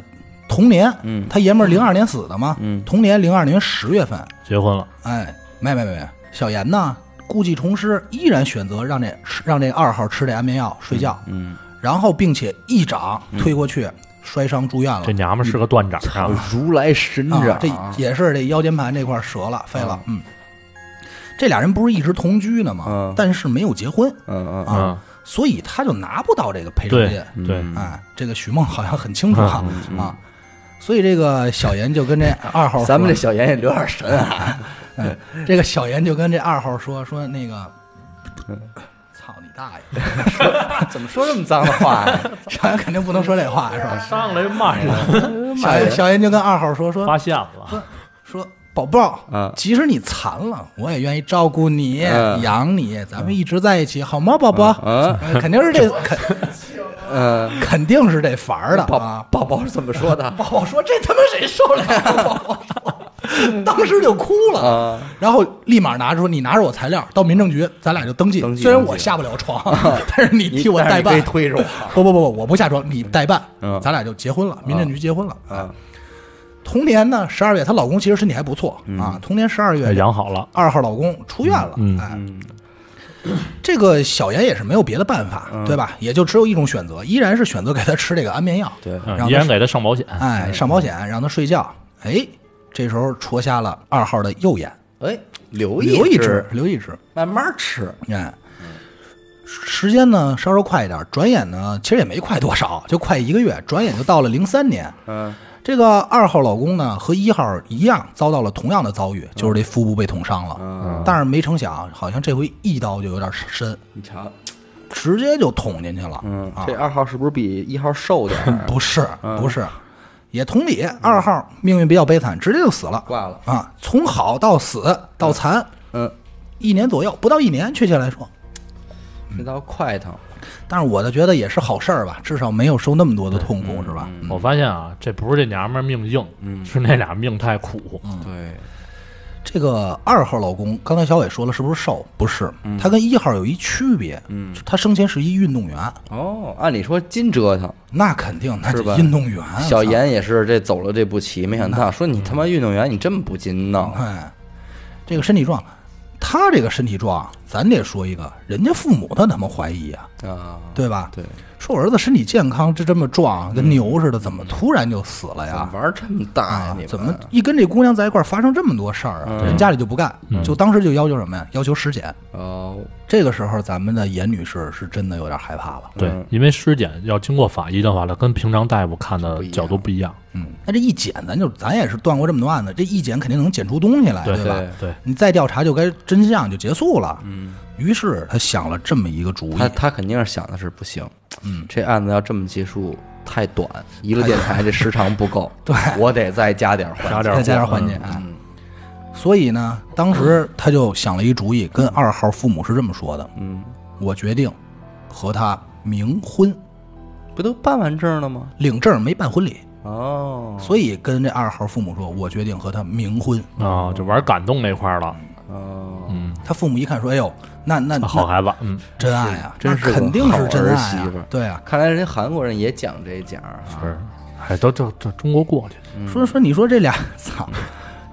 Speaker 1: 同年，
Speaker 2: 嗯
Speaker 1: 他爷们儿零二年死的嘛，
Speaker 2: 嗯
Speaker 1: 同年零二年十月份，
Speaker 3: 结婚了，
Speaker 1: 哎，没没没，小严呢故技重施，依然选择让这吃让这二号吃这安眠药睡觉，
Speaker 2: 嗯，
Speaker 1: 然后并且一掌推过去，摔伤住院了
Speaker 2: 嗯
Speaker 3: 这。娘们儿是个断掌
Speaker 2: 啊
Speaker 3: 啊，
Speaker 2: 如来神掌
Speaker 1: 啊
Speaker 2: 啊，，
Speaker 1: 这也是这腰间盘这块儿折了，废了。嗯，这俩人不是一直同居呢吗
Speaker 2: 嗯？
Speaker 1: 但是没有结婚，
Speaker 2: 嗯嗯
Speaker 1: 啊
Speaker 3: 嗯，
Speaker 1: 所以他就拿不到这个赔偿
Speaker 3: 对
Speaker 1: 金。
Speaker 3: 对，
Speaker 2: 嗯
Speaker 1: 哎，这个许梦好像很清楚啊啊，所以这个小严就跟这二号
Speaker 2: 嗯，
Speaker 1: 说，
Speaker 2: 咱们这小妍也留点神 啊，
Speaker 1: 这个小严就跟这二号说说那个，
Speaker 2: 嗯
Speaker 1: 操你大爷！
Speaker 2: 怎么说这么脏的话呀？
Speaker 1: 小严肯定不能说这话是
Speaker 2: 哎
Speaker 1: 吧？
Speaker 3: 上来骂人，
Speaker 1: 小严小严就跟二号说说
Speaker 3: 发现
Speaker 2: 嗯
Speaker 3: 了，
Speaker 1: 说宝宝
Speaker 2: 啊
Speaker 1: 即使你残了，我也愿意照顾你、
Speaker 2: 嗯
Speaker 1: 养你，咱们一直在一起，好吗，宝宝？
Speaker 2: 嗯
Speaker 1: 呃肯定是这肯
Speaker 2: 嗯，
Speaker 1: 肯定是这法儿的
Speaker 2: 宝
Speaker 1: 啊！
Speaker 2: 宝宝是怎么说的？
Speaker 1: 宝宝说：“这他妈谁受得 了？”宝宝说，当时就哭了。
Speaker 2: 啊，
Speaker 1: 然后立马拿出你拿着我材料到民政局，咱俩就登记。
Speaker 2: 登记
Speaker 1: 虽然
Speaker 2: 登记
Speaker 1: 我下不了床， 但是你替我
Speaker 2: 但是
Speaker 1: 代
Speaker 2: 你可以
Speaker 1: 办。
Speaker 2: 推着我
Speaker 1: 不不不不，我不下床，你代办，
Speaker 2: 嗯
Speaker 1: 咱俩就结婚了。民政局结婚了。
Speaker 2: 啊，
Speaker 1: 同年呢，十二月，她老公其实身体还不错
Speaker 2: 嗯
Speaker 1: 啊。同年十二月，
Speaker 3: 养好了，
Speaker 1: 二号老公出院了。
Speaker 3: 嗯
Speaker 1: 哎，这个小严也是没有别的办法，
Speaker 2: 嗯
Speaker 1: 对吧？也就只有一种选择，依然是选择给他吃这个安眠药。
Speaker 2: 对
Speaker 3: 嗯
Speaker 1: 让
Speaker 3: 依
Speaker 1: 他
Speaker 3: 然给他上保险，
Speaker 1: 哎，上保险让他睡觉。哎，这时候戳瞎了二号的右眼，
Speaker 2: 哎，留
Speaker 1: 留一只
Speaker 2: 只，，
Speaker 1: 留一只。
Speaker 2: 慢慢吃，
Speaker 1: 哎，时间呢稍稍快一点，转眼呢其实也没快多少，就快一个月，转眼就到了零三年。
Speaker 2: 嗯
Speaker 1: 这个二号老公呢和一号一样遭到了同样的遭遇，就是这腹部被捅伤了，
Speaker 2: 嗯，
Speaker 1: 但是没成想，好像这回一刀就有点深，
Speaker 2: 你瞧，
Speaker 1: 直接就捅进去了。
Speaker 2: 嗯
Speaker 1: 啊，
Speaker 2: 这二号是不是比一号瘦点 儿？嗯
Speaker 1: 不是不是，也同理，二号命运比较悲惨，直接就死了，
Speaker 2: 挂了
Speaker 1: 啊！从好到死到残，
Speaker 2: 嗯，
Speaker 1: 一年左右，不到一年，确切来说。
Speaker 2: 这倒快腾，
Speaker 1: 但是我倒觉得也是好事儿吧，至少没有受那么多的痛
Speaker 2: 嗯
Speaker 1: 苦，是吧？
Speaker 3: 我发现啊，这不是这娘们儿命硬，是那俩命太苦，
Speaker 1: 嗯
Speaker 2: 对，
Speaker 1: 这个二号老公，刚才小伟说了，是不是瘦？不是，
Speaker 2: 嗯
Speaker 1: 他跟一号有一区别，嗯，他生前是一运动员，
Speaker 2: 哦，按理说金折腾，
Speaker 1: 那肯定那
Speaker 2: 是吧
Speaker 1: 运动员，
Speaker 2: 小
Speaker 1: 啊操
Speaker 2: 严也是这走了这步棋，没想到说你他妈运动员你这么不禁弄，
Speaker 1: 哎，这个身体状，他这个身体状，咱得说一个，人家父母他他妈怀疑啊，
Speaker 2: 啊，
Speaker 1: 对吧？
Speaker 2: 对，
Speaker 1: 说我儿子身体健康，这这么壮，跟牛似的，怎么突然就死了呀？
Speaker 2: 啊玩这嗯么大呀
Speaker 1: 啊
Speaker 2: 你们，嗯
Speaker 1: 怎么一跟这姑娘在一块儿发生这么多事儿啊？人家里就不干，就当时就要求什么呀？要求尸检。
Speaker 2: 哦，
Speaker 1: 这个时候，咱们的严女士是真的有点害怕了。
Speaker 3: 对，
Speaker 2: 嗯
Speaker 3: 因为尸检要经过法医的话了，跟平常大夫看的角度不一样，
Speaker 1: 嗯，那这一检，咱就咱也是断过这么多案子，这一检肯定能检出东西来，
Speaker 3: 对
Speaker 1: 吧？
Speaker 2: 对
Speaker 3: 对，
Speaker 1: 你再调查就该真相就结束了。嗯，于是他想了这么一个主意
Speaker 2: 他，他肯定是想的是不行，嗯，这案子要这么结束太短，一个电台这时长不够，对，我得再加点儿环
Speaker 3: 加
Speaker 2: 节，嗯
Speaker 3: 点
Speaker 1: 再 加点
Speaker 3: 儿
Speaker 1: 环节。哎所以呢，当时他就想了一主意，跟二号父母是这么说的：
Speaker 2: 嗯，
Speaker 1: 我决定和他冥婚，
Speaker 2: 不都办完证了吗？
Speaker 1: 领证没办婚礼，
Speaker 2: 哦，
Speaker 1: 所以跟这二号父母说，我决定和他冥婚。
Speaker 3: 啊，就玩感动那块儿了，
Speaker 2: 哦，
Speaker 3: 嗯，
Speaker 1: 他父母一看说：“哎呦，那
Speaker 2: 啊
Speaker 1: 那那
Speaker 3: 好孩子，嗯，
Speaker 1: 真爱啊，
Speaker 2: 真是
Speaker 1: 那
Speaker 2: 个
Speaker 1: 肯定是真爱
Speaker 2: 好儿
Speaker 1: 啊
Speaker 2: 媳妇儿！”
Speaker 1: 对啊，
Speaker 2: 看来人家韩国人也讲这讲啊，
Speaker 3: 是，哎，都这这中国过去，
Speaker 2: 嗯
Speaker 1: 说说你说这俩，操，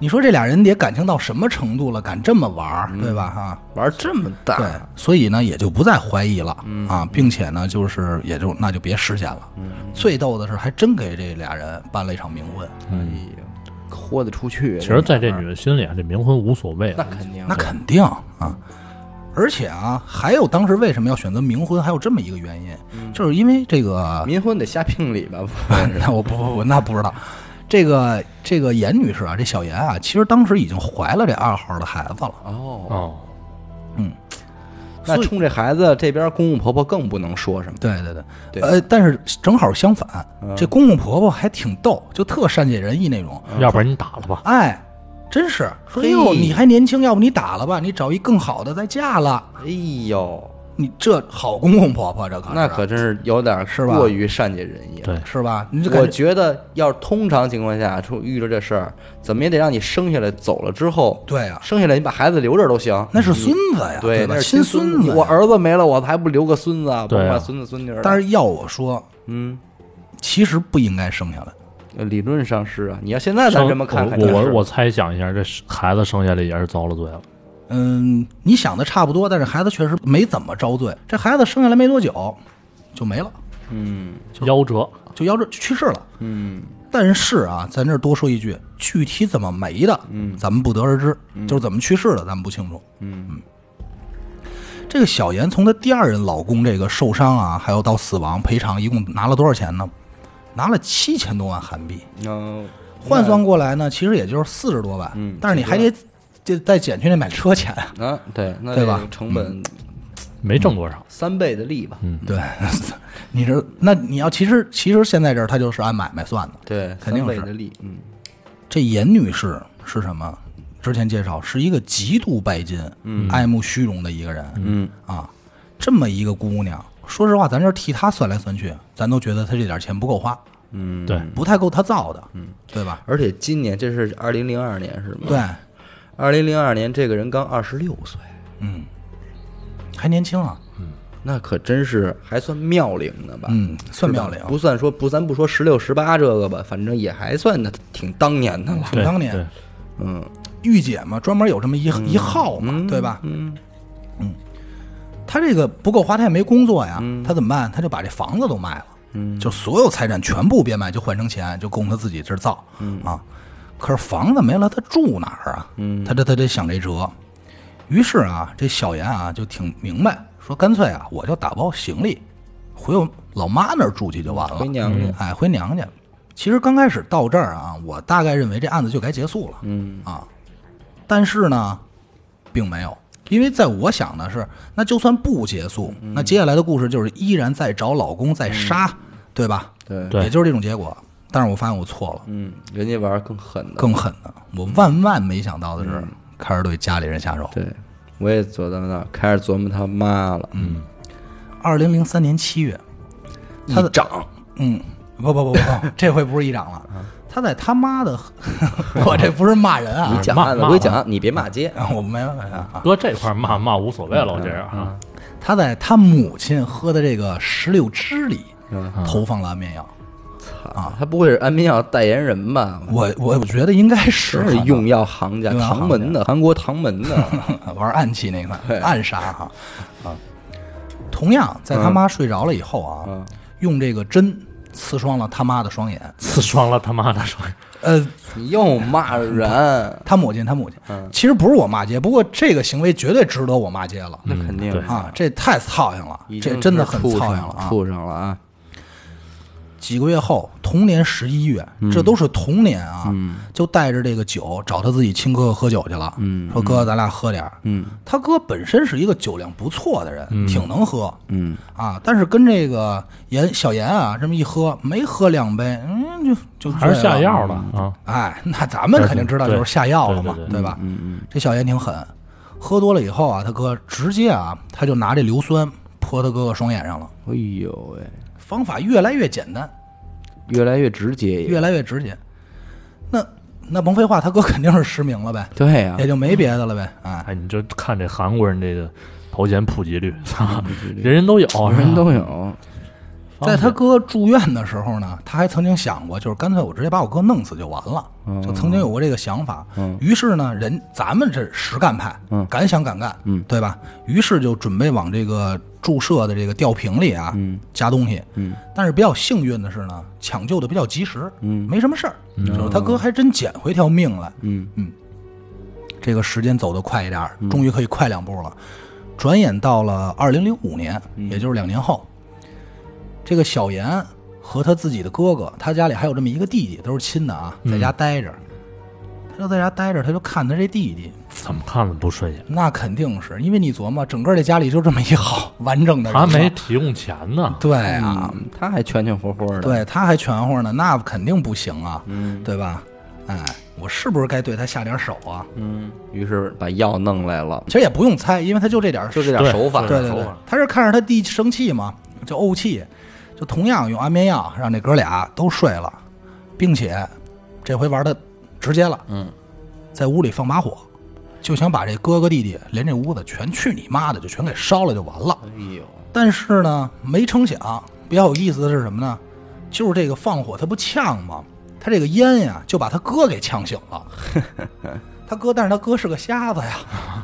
Speaker 1: 你说这俩人得感情到什么程度了，敢这么玩
Speaker 2: 嗯
Speaker 1: 儿，对吧？哈，
Speaker 2: 玩这么大，嗯
Speaker 1: 对，所以呢也就不再怀疑了啊，并且呢就是也就那就别实现了。最逗的是，还真给这俩人办了一场冥婚，
Speaker 2: 哎呀，豁得出去。
Speaker 3: 其实，在这女的心里啊，这冥婚无所谓
Speaker 2: 那
Speaker 3: 了，
Speaker 2: 肯定，
Speaker 1: 那肯定啊。而且啊，还有当时为什么要选择冥婚，还有这么一个原因，就是因为这个，
Speaker 2: 民婚得下聘礼吧？不嗯 是
Speaker 1: 那我不不不，那不知道。这个这个严女士啊，这小严啊，其实当时已经怀了这二号的孩子了，
Speaker 2: 哦，
Speaker 3: 哦，
Speaker 2: 那
Speaker 1: 所以
Speaker 2: 冲这孩子这边公公婆婆更不能说什么。
Speaker 1: 对对对，
Speaker 2: 对嗯
Speaker 1: 呃，但是正好相反，这公公婆婆还挺逗，就特善解人意那种。
Speaker 3: 要不然你打了 吧，
Speaker 1: 哎，真是说
Speaker 2: 嘿
Speaker 1: 哟，你还年轻，要不你打了吧？你找一更好的再嫁了。
Speaker 2: 哎呦，
Speaker 1: 你这好公公婆婆，这可是
Speaker 2: 那可真是有点
Speaker 1: 是吧
Speaker 2: 过于善解人意了。
Speaker 3: 对
Speaker 1: 是吧？你就感
Speaker 2: 我
Speaker 1: 觉
Speaker 2: 觉得要是通常情况下出遇着这事儿，怎么也得让你生下来走了之后，
Speaker 1: 对啊，
Speaker 2: 生下来你把孩子留着都行。
Speaker 1: 那是孙子呀，
Speaker 2: 对，
Speaker 1: 吧
Speaker 2: 那？是
Speaker 1: 亲
Speaker 2: 孙
Speaker 1: 子呀。
Speaker 2: 我儿子没了，我还不留个孙子啊，
Speaker 3: 对
Speaker 2: 甭
Speaker 3: 啊
Speaker 2: 管孙子孙女儿了。
Speaker 1: 但是要我说，
Speaker 2: 嗯，
Speaker 1: 其实不应该生下来。
Speaker 2: 理论上是啊，你要现在咱
Speaker 3: 生
Speaker 2: 这么看，还
Speaker 3: 我
Speaker 2: 真
Speaker 3: 我
Speaker 2: 是
Speaker 3: 我猜想一下，这孩子生下来也是遭了罪了。
Speaker 1: 嗯，你想的差不多，但是孩子确实没怎么遭罪。这孩子生下来没多久就没了，
Speaker 3: 夭折，
Speaker 1: 就夭折就去世了。嗯，但是啊，咱这儿多说一句，具体怎么没的，嗯，咱们不得而知，就是怎么去世的，咱们不清楚。嗯这个小妍从她第二任老公这个受伤啊，还有到死亡赔偿，一共拿了多少钱呢？拿了七千多万韩币，
Speaker 2: 嗯，
Speaker 1: 换算过来呢，其实也就是四十多万。
Speaker 2: 嗯
Speaker 1: 但是你还得就再减去那买车钱。
Speaker 2: 啊，对，那
Speaker 1: 对
Speaker 2: 这
Speaker 1: 吧嗯
Speaker 2: 个成本
Speaker 3: 没挣多少。
Speaker 2: 三倍的利吧？
Speaker 1: 对， 你是那你要其实其实现在这儿他就是按买卖算的。
Speaker 2: 对，
Speaker 1: 肯定
Speaker 2: 三倍
Speaker 1: 是
Speaker 2: 的利，嗯，
Speaker 1: 这严女士是什么？之前介绍是一个极度拜金、爱慕虚荣的一个人。嗯啊，这么一个姑娘，说实话，咱这儿替她算来算去，咱都觉得她这点钱不够花，
Speaker 2: 嗯
Speaker 3: 对，
Speaker 1: 不太够她造的，对吧？
Speaker 2: 而且今年这是二零零二年是吗？
Speaker 1: 对，，
Speaker 2: 二零零二年这个人刚二十六岁，
Speaker 1: 嗯，还年轻啊，
Speaker 2: 那可真是还算妙龄呢吧？
Speaker 1: 嗯，算
Speaker 2: 是
Speaker 1: 妙
Speaker 2: 吧
Speaker 1: 龄，
Speaker 2: 不算说不，咱不说十六十八这个吧，反正也还算的挺当年的了。
Speaker 1: 挺
Speaker 3: 对
Speaker 1: 当年
Speaker 3: 对
Speaker 2: 嗯
Speaker 1: 御姐嘛，专门有这么一、一号嘛，对吧？嗯他这个不够花，他也没工作呀，他怎么办？他就把这房子都卖了，就所有财产全部别卖，就换成钱，就供他自己这儿造、啊。可是房子没了，他住哪儿啊？
Speaker 2: 嗯
Speaker 1: 他这他得想这辙。于是啊，这小严啊就挺明白，说干脆啊，我就打包行李，回我老妈那儿住去就完了，
Speaker 2: 回娘家
Speaker 1: 哎，回娘家。其实刚开始到这儿啊，我大概认为这案子就该结束了，
Speaker 2: 嗯
Speaker 1: 啊，但是呢，并没有，因为在我想的是，那就算不结束，
Speaker 2: 嗯
Speaker 1: 那接下来的故事就是依然在找老公，在杀，对吧？
Speaker 2: 对
Speaker 3: 对
Speaker 1: 也就是这种结果。但是我发现我错了，
Speaker 2: 嗯，人家玩儿更狠的，
Speaker 1: 更狠的，我万万没想到的是，
Speaker 2: 嗯
Speaker 1: 开始对家里人下手。
Speaker 2: 对，我也琢磨到，开始琢磨他妈了。嗯，
Speaker 1: 二零零三年七月，
Speaker 2: 一
Speaker 1: 他的
Speaker 2: 掌啊
Speaker 1: 嗯，不不不 不不，这回不是一掌了，他在他妈的，我这不是骂嗯人啊
Speaker 2: 你，讲
Speaker 3: 骂
Speaker 2: 案子
Speaker 3: 骂
Speaker 2: 归
Speaker 3: 了
Speaker 2: 讲案，你别骂街。
Speaker 1: 我没办法啊，
Speaker 3: 搁这块儿骂骂无所谓了，我觉着啊，
Speaker 1: 他在他母亲喝的这个石榴汁里
Speaker 2: 嗯
Speaker 1: 投放了安眠药，
Speaker 2: 啊，他不会是安眠药代言人吧？
Speaker 1: 我我我觉得应该是
Speaker 2: 真是用药行家，
Speaker 1: 用药行家
Speaker 2: 唐门的，韩国唐门的。
Speaker 1: 玩暗器那块暗杀哈啊。同样，在
Speaker 2: 嗯
Speaker 1: 他妈睡着了以后啊，用这个针刺伤了他妈的双眼。
Speaker 3: 刺伤了他妈的手。
Speaker 1: 呃，
Speaker 2: 你又骂人，
Speaker 1: 他母亲，他母亲，
Speaker 2: 嗯
Speaker 1: 其实不是我骂街，不过这个行为绝对值得我骂街了
Speaker 2: 那肯定
Speaker 3: 对
Speaker 1: 啊！这太操心了
Speaker 2: 嗯已，经
Speaker 1: 这真的
Speaker 2: 是
Speaker 1: 很
Speaker 2: 畜
Speaker 1: 操心
Speaker 2: 生
Speaker 1: 了啊！
Speaker 2: 畜生了啊！
Speaker 1: 几个月后，同年十一月，
Speaker 2: 嗯
Speaker 1: 这都是同年啊，就带着这个酒找他自己亲哥哥喝酒去了，
Speaker 2: 嗯
Speaker 1: 说哥，咱俩喝点儿。他哥本身是一个酒量不错的人，挺能喝，
Speaker 2: 嗯
Speaker 1: 啊，但是跟这个严小严啊这么一喝，没喝两杯，嗯，就就
Speaker 3: 还是
Speaker 1: 醉
Speaker 3: 下药了
Speaker 2: 嗯
Speaker 3: 啊，
Speaker 1: 哎，那咱们肯定知道就是下药了嘛
Speaker 3: 对，对嗯
Speaker 1: 对吧？这小严挺狠，喝多了以后啊，他哥直接啊，他就拿这硫酸泼他哥哥双眼上了，
Speaker 2: 哎呦喂，
Speaker 1: 方法越来越简单，
Speaker 2: 越来越直接也，
Speaker 1: 越来越直接。那那甭废话，他哥肯定是失明了呗，
Speaker 2: 对啊呀
Speaker 1: 也，就没别的了呗，哎，
Speaker 3: 哎，你就看这韩国人这个保险普及率，人人都有，
Speaker 2: 人
Speaker 3: 是吧
Speaker 2: 都有。
Speaker 1: 在他哥住院的时候呢，他还曾经想过，就是干脆我直接把我哥弄死就完了，
Speaker 3: 哦
Speaker 1: 就曾经有过这个想法。
Speaker 3: 嗯
Speaker 1: 于是呢，人咱们这实干派，敢想敢干，对吧？于是就准备往这个注射的这个吊瓶里啊、加东西。但是比较幸运的是呢，抢救的比较及时，没什么事儿，就是他哥还真捡回条命来。
Speaker 2: 嗯
Speaker 1: 这个时间走得快一点儿，终于可以快两步了。转眼到了二零零五年，也就是两年后，这个小严和他自己的哥哥，他家里还有这么一个弟弟，都是亲的啊，在家待着，他就在家待着，他就看他这弟弟，
Speaker 3: 怎么看怎么不顺眼。
Speaker 1: 那肯定是因为你琢磨，整个这家里就这么一好 完整的人
Speaker 3: 他
Speaker 1: 了，
Speaker 3: 没提供钱呢，
Speaker 1: 对啊，
Speaker 2: 嗯，他还全全活活的。嗯
Speaker 1: 对，他还全乎呢，那肯定不行啊，对吧？哎，我是不是该对他下点手啊？
Speaker 2: 嗯，于是把药弄来了，
Speaker 1: 其实也不用猜，因为他就这点儿
Speaker 2: 就这
Speaker 3: 对
Speaker 2: 点手法，
Speaker 1: 对对对，他是看着他弟生气嘛，就怄气，就同样用安眠药让这哥俩都睡了，并且这回玩的直接了，
Speaker 2: 嗯，
Speaker 1: 在屋里放把火，就想把这哥哥弟弟连这屋子全去你妈的，就全给烧了就完了。
Speaker 2: 哎呦，
Speaker 1: 但是呢，没成想，比较有意思的是什么呢？就是这个放火，他不呛吗？他这个烟呀，就把他哥给呛醒 了。他哥，但是他哥是个瞎子呀，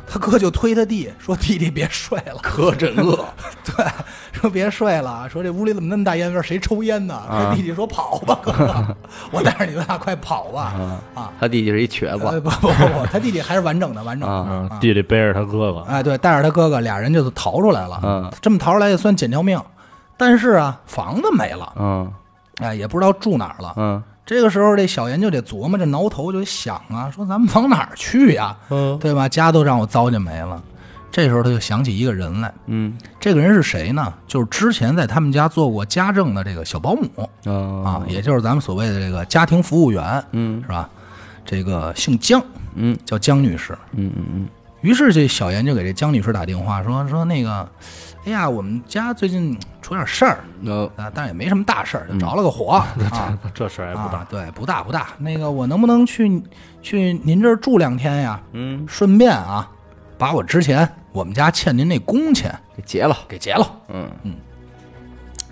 Speaker 1: 他哥就推他弟说：“弟弟别睡了，哥真饿。” 对，说别睡了，说这屋里怎么那么大烟味儿？谁抽烟呢？他弟弟说：“跑吧，哥 哥，我带着你们俩快跑吧。”啊，
Speaker 2: 他弟弟是一瘸
Speaker 1: 呃
Speaker 2: 子
Speaker 1: 不不不不，他弟弟还是完整的，完整的。
Speaker 2: 啊，
Speaker 3: 嗯，弟弟背着他哥哥，
Speaker 1: 哎，对，带着他哥哥，俩人就逃出来了。
Speaker 2: 嗯，
Speaker 1: 这么逃出来也算捡条命，但是啊，房子没了，
Speaker 2: 嗯
Speaker 1: 哎，也不知道住哪儿了。
Speaker 2: 嗯
Speaker 1: 这个时候，这小严就得琢磨，这挠头就想啊，说咱们往哪儿去呀、
Speaker 2: 嗯
Speaker 1: 对吧？家都让我糟践没了。这时候他就想起一个人来，
Speaker 2: 嗯
Speaker 1: 这个人是谁呢？就是之前在他们家做过家政的这个小保姆啊
Speaker 2: 啊，
Speaker 1: 也就是咱们所谓的这个家庭服务员，
Speaker 2: 嗯
Speaker 1: 是吧？这个姓姜，
Speaker 2: 嗯
Speaker 1: 叫姜女士。
Speaker 2: 嗯嗯
Speaker 1: 于是这小严就给这姜女士打电话说说那个，哎呀，我们家最近出点事儿
Speaker 2: 嗯，呃
Speaker 1: 啊，但是也没什么大事
Speaker 2: 嗯
Speaker 1: 儿，就着了个 火、啊
Speaker 3: 这事儿还不大
Speaker 1: 啊，对，不大不大。那个我能不能去去您这儿住两天呀？
Speaker 2: 嗯，
Speaker 1: 顺便啊，把我之前我们家欠您那工钱
Speaker 2: 给结了，
Speaker 1: 给结了。
Speaker 2: 嗯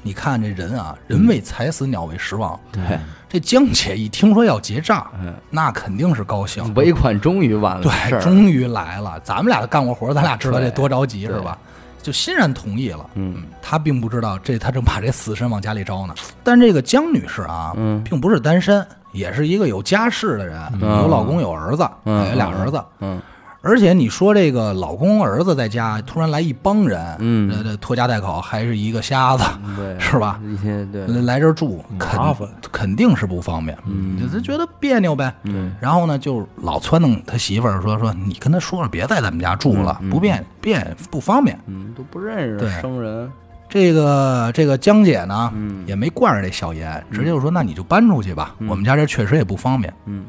Speaker 1: 你看这人啊，人为财死，鸟为食亡。
Speaker 2: 嗯对，
Speaker 1: 这姜姐一听说要结账
Speaker 2: 嗯，
Speaker 1: 那肯定是高兴，
Speaker 2: 尾款终于完了，事
Speaker 1: 对，
Speaker 2: 儿
Speaker 1: 终于来了。咱们俩干过活，咱俩知道这
Speaker 2: 对
Speaker 1: 多着急是
Speaker 2: 对
Speaker 1: 吧？就欣然同意了。
Speaker 2: 嗯
Speaker 1: 他并不知道这他正把这死神往家里招呢。但这个江女士啊，
Speaker 2: 嗯
Speaker 1: 并不是单身，也是一个有家室的人，有老公有儿子，
Speaker 2: 嗯
Speaker 1: 哎有俩儿子。
Speaker 2: 嗯
Speaker 1: 而且你说这个老公儿子在家突然来一帮人，
Speaker 2: 嗯
Speaker 1: 呃，这拖家带口，还是一个瞎子，
Speaker 2: 对，
Speaker 1: 是嗯吧？
Speaker 2: 一些对，
Speaker 1: 来这儿住，肯
Speaker 3: 麻烦
Speaker 1: 肯定是不方便，就他觉得别扭呗。然后呢，就老撺掇他媳妇儿说说，你跟他说了，别在咱们家住了，不便便不方便。
Speaker 2: 嗯，都不认
Speaker 1: 对
Speaker 2: 识生人，
Speaker 1: 这个这个江姐呢，也没惯着这小严，直接就说：“那你就搬出去吧，我们家这确实也不方便。”
Speaker 2: 嗯，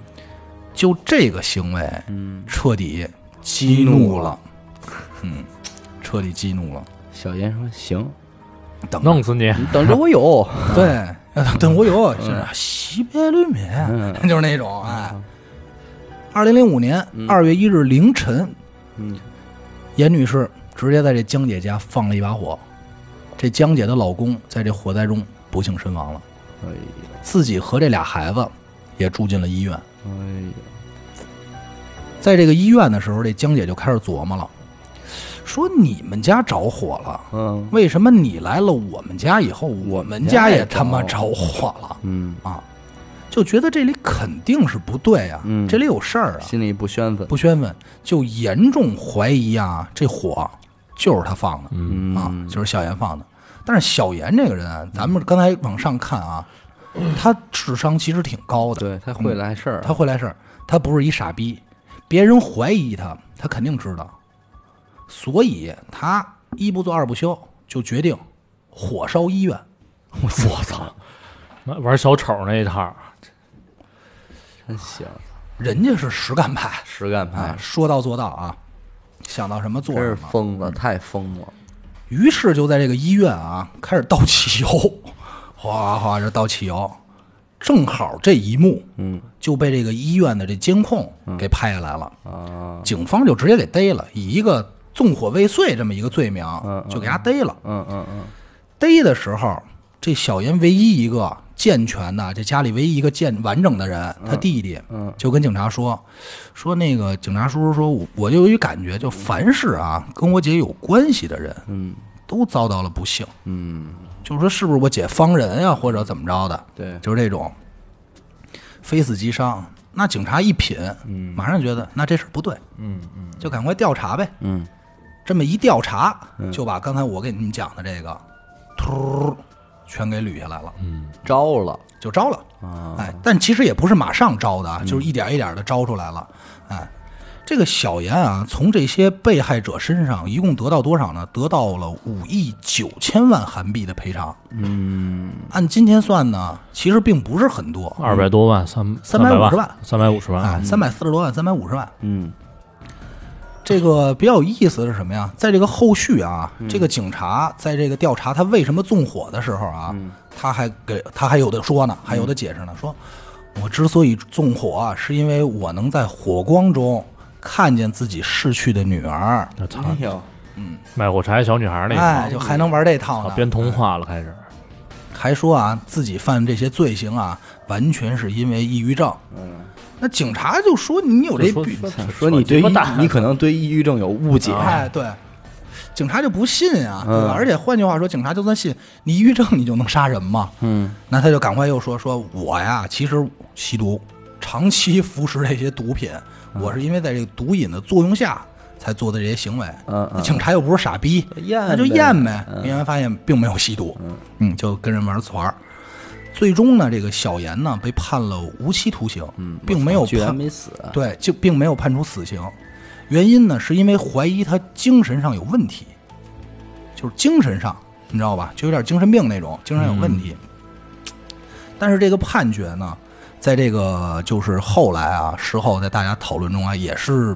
Speaker 1: 就这个行为，
Speaker 2: 嗯，
Speaker 1: 彻底激怒了，嗯，彻底激怒了。
Speaker 2: 小严说行，
Speaker 1: 等
Speaker 3: 弄死你！
Speaker 2: 你等着我 有，
Speaker 1: 对，等我有，就是西北绿棉， 就是那种哎。二零零五年二月一日凌晨，
Speaker 2: 嗯，
Speaker 1: 严女士直接在这江姐家放了一把火，这江姐的老公在这火灾中不幸身亡了，
Speaker 2: 哎呀
Speaker 1: 自己和这俩孩子也住进了医院。
Speaker 2: 哎呀，
Speaker 1: 在这个医院的时候，这江姐就开始琢磨了，说你们家着火了，
Speaker 2: 嗯
Speaker 1: 为什么你来了我们家以后，我
Speaker 2: 我
Speaker 1: 们
Speaker 2: 们
Speaker 1: 家
Speaker 2: 家
Speaker 1: 也
Speaker 2: 也
Speaker 1: 他妈着
Speaker 2: 着
Speaker 1: 火了？
Speaker 2: 嗯，
Speaker 1: 啊，就觉得这里肯定是不对啊，
Speaker 2: 嗯
Speaker 1: 这里有事儿啊，
Speaker 2: 心里不宣愤，
Speaker 1: 不宣愤，就严重怀疑啊，这火就是他放的、
Speaker 2: 嗯
Speaker 1: 啊，就是小严放的。但是小严这个人啊，咱们刚才往上看啊，他智商其实挺高的，嗯
Speaker 2: 对他会来事儿，
Speaker 1: 他会来事儿，他不是一傻逼，别人怀疑他，他肯定知道，所以他一不做二不休，就决定火烧医院。
Speaker 3: 我操，妈嗯玩小丑那一套，
Speaker 2: 真行，
Speaker 1: 人家是实干派，
Speaker 2: 实干
Speaker 1: 啊
Speaker 2: 派，，
Speaker 1: 说到做到啊，想到什么做
Speaker 2: 真
Speaker 1: 什
Speaker 2: 哎是
Speaker 1: 么。
Speaker 2: 疯了，太疯了，
Speaker 1: 于是就在这个医院啊，开始倒汽油，哗哗这倒汽油，正好这一幕，嗯，就被这个医院的这监控给拍下来了，
Speaker 2: 啊，
Speaker 1: 警方就直接给逮了，以一个纵火未遂这么一个罪名，就给他逮了。
Speaker 2: 嗯嗯嗯，
Speaker 1: 逮的时候，这小严唯一一个健全的，这家里唯一一个健完整的人，他弟弟，就跟警察说，说那个警察叔叔说，我我就有一感觉，就凡是啊跟我姐有关系的人，嗯，都遭到了不幸，嗯，就是说是不是我姐方人啊，或者怎么着的，
Speaker 2: 对
Speaker 1: 就是这种，非死即伤。那警察一品，马上觉得那这事儿不对，嗯嗯，就赶快调查呗，
Speaker 2: 嗯，
Speaker 1: 这么一调查，就把刚才我给你们讲的这个，突全给捋下来了，
Speaker 2: 招了，
Speaker 1: 就招了。哎，但其实也不是马上招的啊，就是一点一点的招出来了。哎，这个小严啊，从这些被害者身上一共得到多少呢？得到了五亿九千万韩币的赔偿。
Speaker 2: 嗯，
Speaker 1: 按今天算呢，其实并不是很多，
Speaker 3: 二百多
Speaker 1: 嗯
Speaker 3: 万，三
Speaker 1: 350
Speaker 3: 百
Speaker 1: 万，
Speaker 3: 三百五十万，
Speaker 1: 哎，三百四十多万，三百五十万。
Speaker 2: 嗯，
Speaker 1: 这个比较有意思的是什么呀？在这个后续啊，这个警察在这个调查他为什么纵火的时候啊，他还给他还有的说呢，还有的解释呢，说我之所以纵火啊，是因为我能在火光中看见自己逝去的女儿，
Speaker 3: 我操，
Speaker 2: 哎呦，
Speaker 3: 卖火柴小女孩那
Speaker 1: 哎，
Speaker 3: 一
Speaker 1: 就还能玩这套
Speaker 3: 套，
Speaker 1: 呢。
Speaker 3: 编童话了开始，
Speaker 1: 还说啊，自己犯这些罪行啊，完全是因为抑郁症。嗯，那警察就说你有这
Speaker 3: 说
Speaker 1: 病，
Speaker 2: 说你啊对
Speaker 3: 鸡
Speaker 2: 抑
Speaker 3: 巴蛋
Speaker 2: 你可能对抑郁症有误解，
Speaker 1: 哎，对，警察就不信啊，对吧？
Speaker 2: 嗯
Speaker 1: 而且换句话说，警察就算信你抑郁症，你就能杀人吗？
Speaker 2: 嗯，
Speaker 1: 那他就赶快又说说我呀，其实吸毒，长期服食这些毒品，
Speaker 2: 嗯
Speaker 1: 我是因为在这个毒瘾的作用下才做的这些行为。
Speaker 2: 嗯
Speaker 1: 那警察又不是傻逼，
Speaker 2: 验
Speaker 1: 那就
Speaker 2: 呗嗯
Speaker 1: 验呗。验完发现并没有吸毒，嗯，就跟人玩团儿。最终呢，这个小严呢被判了无期徒刑，并没有
Speaker 2: 嗯居然
Speaker 1: 判
Speaker 2: 没死，啊
Speaker 1: 对，就并没有判处死刑。原因呢，是因为怀疑他精神上有问题，就是精神上，你知道吧？就有点精神病那种，精神上有问题。但是这个判决呢，在这个就是后来啊，事后在大家讨论中啊，也是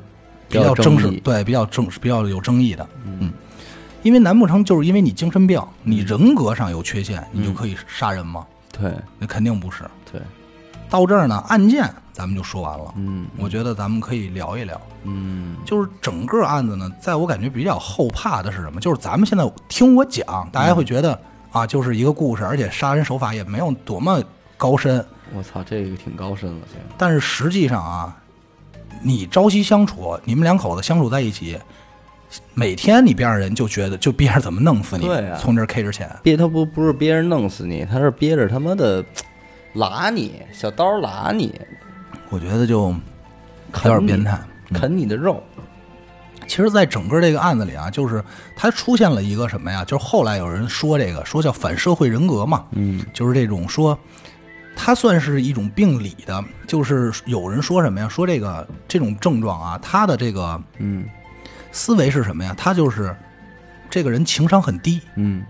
Speaker 1: 比较争
Speaker 2: 比较
Speaker 1: 执
Speaker 2: 争议，
Speaker 1: 对，比较争比较有争议的，嗯。因为难不成就是因为你精神病，你人格上有缺陷，你就可以杀人吗？
Speaker 2: 对
Speaker 1: 那肯定不是。
Speaker 2: 对，
Speaker 1: 到这儿呢，案件咱们就说完了。
Speaker 2: 嗯
Speaker 1: 我觉得咱们可以聊一聊，
Speaker 2: 嗯
Speaker 1: 就是整个案子呢，在我感觉比较后怕的是什么？就是咱们现在听我讲，大家会觉得、啊，就是一个故事，而且杀人手法也没有多么高深。
Speaker 2: 我操，这个挺高深了，这个
Speaker 1: 但是实际上啊，你朝夕相处，你们两口子相处在一起，每天你边上人就觉得，就憋着怎么弄死你，
Speaker 2: 对啊
Speaker 1: 从这儿 K 之前，
Speaker 2: 憋他不不是憋着弄死你，他是憋着他妈的拉你，小刀拉你，
Speaker 1: 我觉得就有
Speaker 2: 啃
Speaker 1: 点
Speaker 2: 你
Speaker 1: 变态。
Speaker 2: 啃你的肉，
Speaker 1: 其实，在整个这个案子里啊，就是它出现了一个什么呀？就是后来有人说这个，说叫反社会人格嘛，
Speaker 2: 嗯，
Speaker 1: 就是这种说，它算是一种病理的，就是有人说什么呀？说这个这种症状啊，他的这个
Speaker 2: 嗯
Speaker 1: 思维是什么呀？他就是这个人情商很低，
Speaker 2: 嗯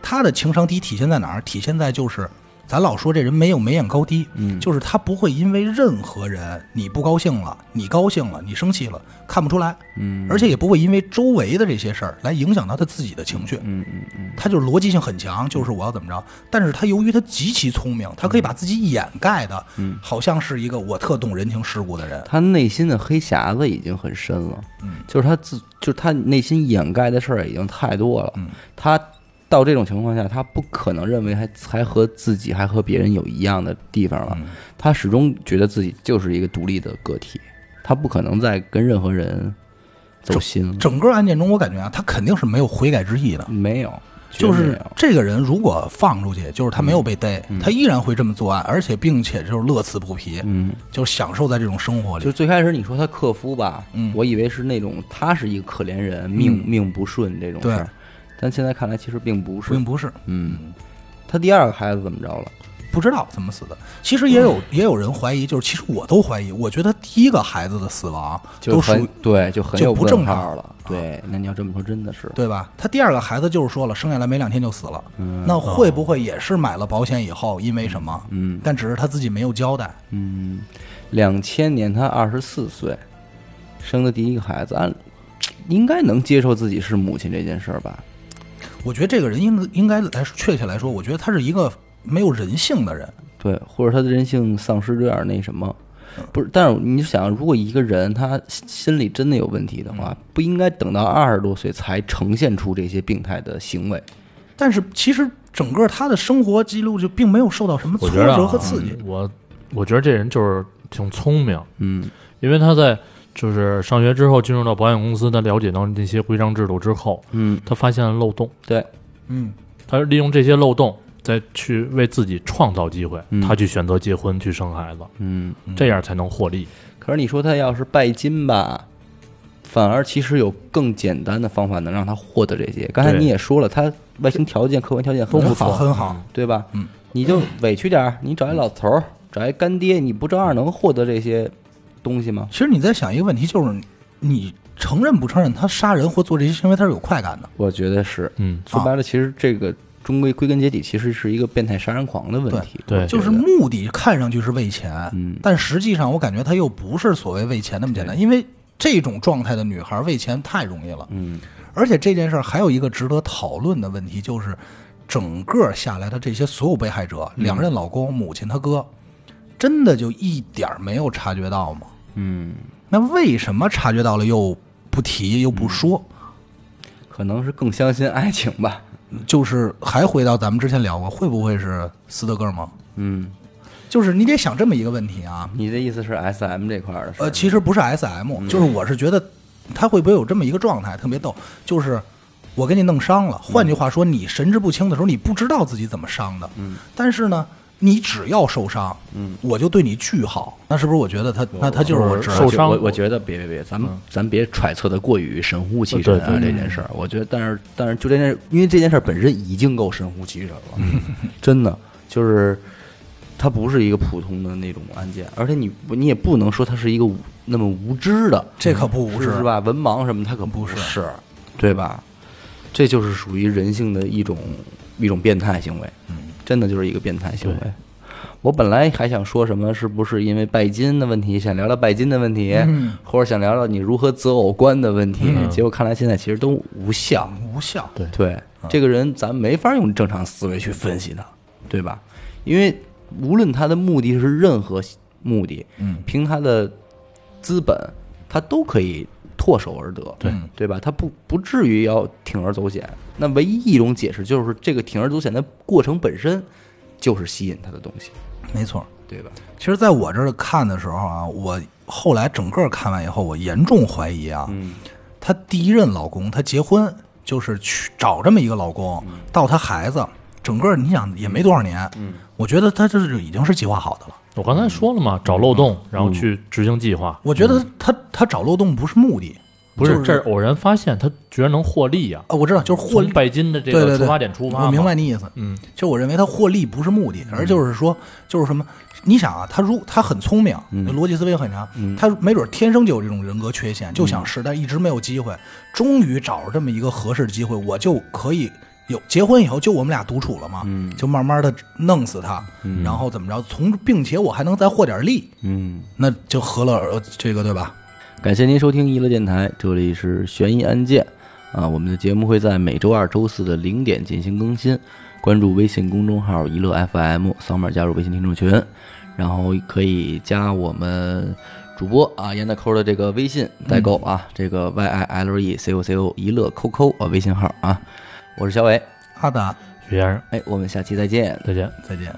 Speaker 1: 他的情商低体现在哪儿？体现在就是咱老说这人没有眉眼高低，
Speaker 2: 嗯
Speaker 1: 就是他不会因为任何人你不高兴了，你高兴了，你生气了，看不出来，
Speaker 2: 嗯，
Speaker 1: 而且也不会因为周围的这些事儿来影响到他自己的情绪，
Speaker 2: 嗯嗯嗯，
Speaker 1: 他就是逻辑性很强，就是我要怎么着。但是他由于他极其聪明，他可以把自己掩盖的，
Speaker 2: 嗯
Speaker 1: 好像是一个我特懂人情世故的人。
Speaker 2: 他内心的黑匣子已经很深了，
Speaker 1: 嗯
Speaker 2: 就是他自就是他内心掩盖的事儿已经太多了，
Speaker 1: 嗯
Speaker 2: 他到这种情况下，他不可能认为还还和自己还和别人有一样的地方了，
Speaker 1: 嗯
Speaker 2: 他始终觉得自己就是一个独立的个体，他不可能再跟任何人走心了，
Speaker 1: 整个案件中，我感觉啊，他肯定是没有悔改之意的。
Speaker 2: 没有，
Speaker 1: 就
Speaker 2: 绝对没
Speaker 1: 是
Speaker 2: 有
Speaker 1: 这个人如果放出去，就是他没有
Speaker 2: 嗯
Speaker 1: 被逮，他依然会这么作案，而且并且就是乐此不疲，
Speaker 2: 嗯。
Speaker 1: 就是享受在这种生活里
Speaker 2: 就。最开始你说他克夫吧，
Speaker 1: 嗯
Speaker 2: 我以为是那种他是一个可怜人，命、命不顺这种事
Speaker 1: 对
Speaker 2: 儿，但现在看来其实并不是。
Speaker 1: 并不是，
Speaker 2: 嗯，他第二个孩子怎么着了？
Speaker 1: 不知道怎么死的。其实也有、也有人怀疑，就是其实我都怀疑，我觉得第一个孩子的死亡
Speaker 2: 就
Speaker 1: 都属
Speaker 2: 很
Speaker 1: 于
Speaker 2: 对，就很
Speaker 1: 就
Speaker 2: 有
Speaker 1: 不
Speaker 2: 问
Speaker 1: 正
Speaker 2: 号啊
Speaker 1: 常
Speaker 2: 了。对，那你要这么说，真的是
Speaker 1: 对吧？他第二个孩子就是说了，生下来没两天就死了，那会不会也是买了保险以后因为什么？
Speaker 2: 嗯
Speaker 1: 但只是他自己没有交代。
Speaker 2: 嗯，两千年他二十四岁，生的第一个孩子，按应该能接受自己是母亲这件事儿吧？
Speaker 1: 我觉得这个人应应该来确切来说，我觉得他是一个没有人性的人。
Speaker 2: 对，或者他的人性丧失有点那什么，不是？但是你想，如果一个人他心心理真的有问题的话，不应该等到二十多岁才呈现出这些病态的行为。
Speaker 1: 但是其实整个他的生活记录就并没有受到什么挫
Speaker 3: 我觉得啊
Speaker 1: 折和刺激。
Speaker 3: 我我觉得这人就是挺聪明，
Speaker 2: 嗯
Speaker 3: 因为他在就是上学之后进入到保险公司，他了解到那些规章制度之后，
Speaker 2: 嗯，
Speaker 3: 他发现了漏洞，
Speaker 2: 对，
Speaker 1: 嗯，
Speaker 3: 他利用这些漏洞再去为自己创造机会，
Speaker 2: 嗯
Speaker 3: 他去选择结婚去生孩子，
Speaker 2: 嗯。
Speaker 3: 这样才能获利。
Speaker 2: 可是你说他要是拜金吧，反而其实有更简单的方法能让他获得这些。刚才
Speaker 3: 对
Speaker 2: 你也说了，他外形条件、客观条件很
Speaker 1: 很好，
Speaker 2: 好，
Speaker 1: 很好。
Speaker 2: 对吧？嗯，你就委屈点儿，你找一老头儿，找一干爹，你不照样能获得这些东西吗？
Speaker 1: 其实你在想一个问题，就是你承认不承认他杀人或做这些行为，他是有快感的。
Speaker 2: 我觉得是，
Speaker 3: 嗯，
Speaker 2: 说白了，其实这个终归归根结底，其实是一个变态杀人狂的问题。
Speaker 3: 对，
Speaker 1: 就是目的看上去是为钱，
Speaker 2: 嗯
Speaker 1: 但实际上我感觉他又不是所谓为钱那么简单，因为这种状态的女孩为钱太容易了，
Speaker 2: 嗯，
Speaker 1: 而且这件事儿还有一个值得讨论的问题，就是整个下来的这些所有被害者，两
Speaker 3: 嗯
Speaker 1: 任老公、母亲、他哥，真的就一点儿没有察觉到吗？
Speaker 2: 嗯，
Speaker 1: 那为什么察觉到了又不提又不说？
Speaker 2: 可能是更相信爱情吧。
Speaker 1: 就是还回到咱们之前聊过，会不会是斯德哥尔摩？
Speaker 2: 嗯，
Speaker 1: 就是你得想这么一个问题啊，
Speaker 2: 你的意思是 S M 这块儿的事儿？
Speaker 1: 呃，其实不是 S M，、就是我是觉得他会不会有这么一个状态，特别逗，就是我给你弄伤了。换句话说，你神志不清的时候，你不知道自己怎么伤的。嗯，但是呢，你只要受伤，嗯，我就对你巨好。那是不是我觉得他那他就是我侄
Speaker 3: 受
Speaker 1: 儿？
Speaker 3: 伤嗯
Speaker 2: 我我觉得别别别，咱们、咱别揣测的过于神乎其神啊
Speaker 3: 对对
Speaker 2: 这件事儿。我觉得，但是但是就这件事，因为这件事儿本身已经够神乎其神了，
Speaker 3: 嗯
Speaker 2: 真的就是它不是一个普通的那种案件，而且你你也不能说它是一个无那么无知的，
Speaker 1: 这可不无知
Speaker 2: 是是吧？文盲什么，它可
Speaker 1: 不
Speaker 2: 不是，对吧？这就是属于人性的一种一种变态行为，真的就是一个变态行为。我本来还想说什么，是不是因为拜金的问题，想聊聊拜金的问题，
Speaker 1: 嗯
Speaker 2: 或者想聊聊你如何择偶观的问题？
Speaker 3: 嗯
Speaker 2: 结果看来现在其实都无效。
Speaker 1: 无效。
Speaker 3: 对
Speaker 2: 对，这个人咱没法用正常思维去分析他，对吧？因为无论他的目的是任何目的，
Speaker 1: 嗯
Speaker 2: 凭他的资本，他都可以唾手而得，对
Speaker 1: 嗯
Speaker 2: 对吧？他不不至于要铤而走险。那唯一一种解释就是这个铤而走险的过程本身就是吸引他的东西，
Speaker 1: 没错。
Speaker 2: 对吧？
Speaker 1: 其实，在我这儿看的时候啊，我后来整个看完以后，我严重怀疑啊，她第一任老公，她结婚就是去找这么一个老公，到她孩子，整个你想也没多少年，我觉得她这是已经是计划好的了。
Speaker 3: 我刚才说了嘛，找漏洞，
Speaker 1: 嗯
Speaker 3: 然后去执行计划，
Speaker 1: 我觉得她她找漏洞不是目的，
Speaker 3: 不
Speaker 1: 嗯
Speaker 3: 是
Speaker 1: 就
Speaker 3: 这是偶然发现他居然能获利呀，
Speaker 1: 啊，我知道就是获
Speaker 3: 从
Speaker 1: 利
Speaker 3: 拜金的这
Speaker 1: 对对
Speaker 3: 个
Speaker 1: 对
Speaker 3: 出发点出发，嗯
Speaker 1: 我明白。你意思，嗯，就我认为他获利不是目的，而就是说，就是什么，你想啊，他如他很聪明，逻辑思维很强，他没准天生就有这种人格缺陷，就想试，但一直没有机会，终于找着这么一个合适的机会，我就可以。有结婚以后就我们俩独处了嘛，就慢慢的弄死他，然后怎么着，从并且我还能再获点利，
Speaker 2: 嗯，
Speaker 1: 那就何乐而这个对吧？
Speaker 2: 感谢您收听娱乐电台，这里是悬疑案件啊。我们的节目会在每周二、周四的零点进行更新。关注微信公众号“娱乐 FM”，扫码加入微信听众群，然后可以加我们主播啊严大抠的这个微信代购啊，这个 Y I L E C O C O 娱乐扣扣啊微信号啊。我是小伟，
Speaker 1: 阿达，
Speaker 3: 许先生，
Speaker 2: 哎，我们下期再见。
Speaker 3: 再见。
Speaker 1: 再见。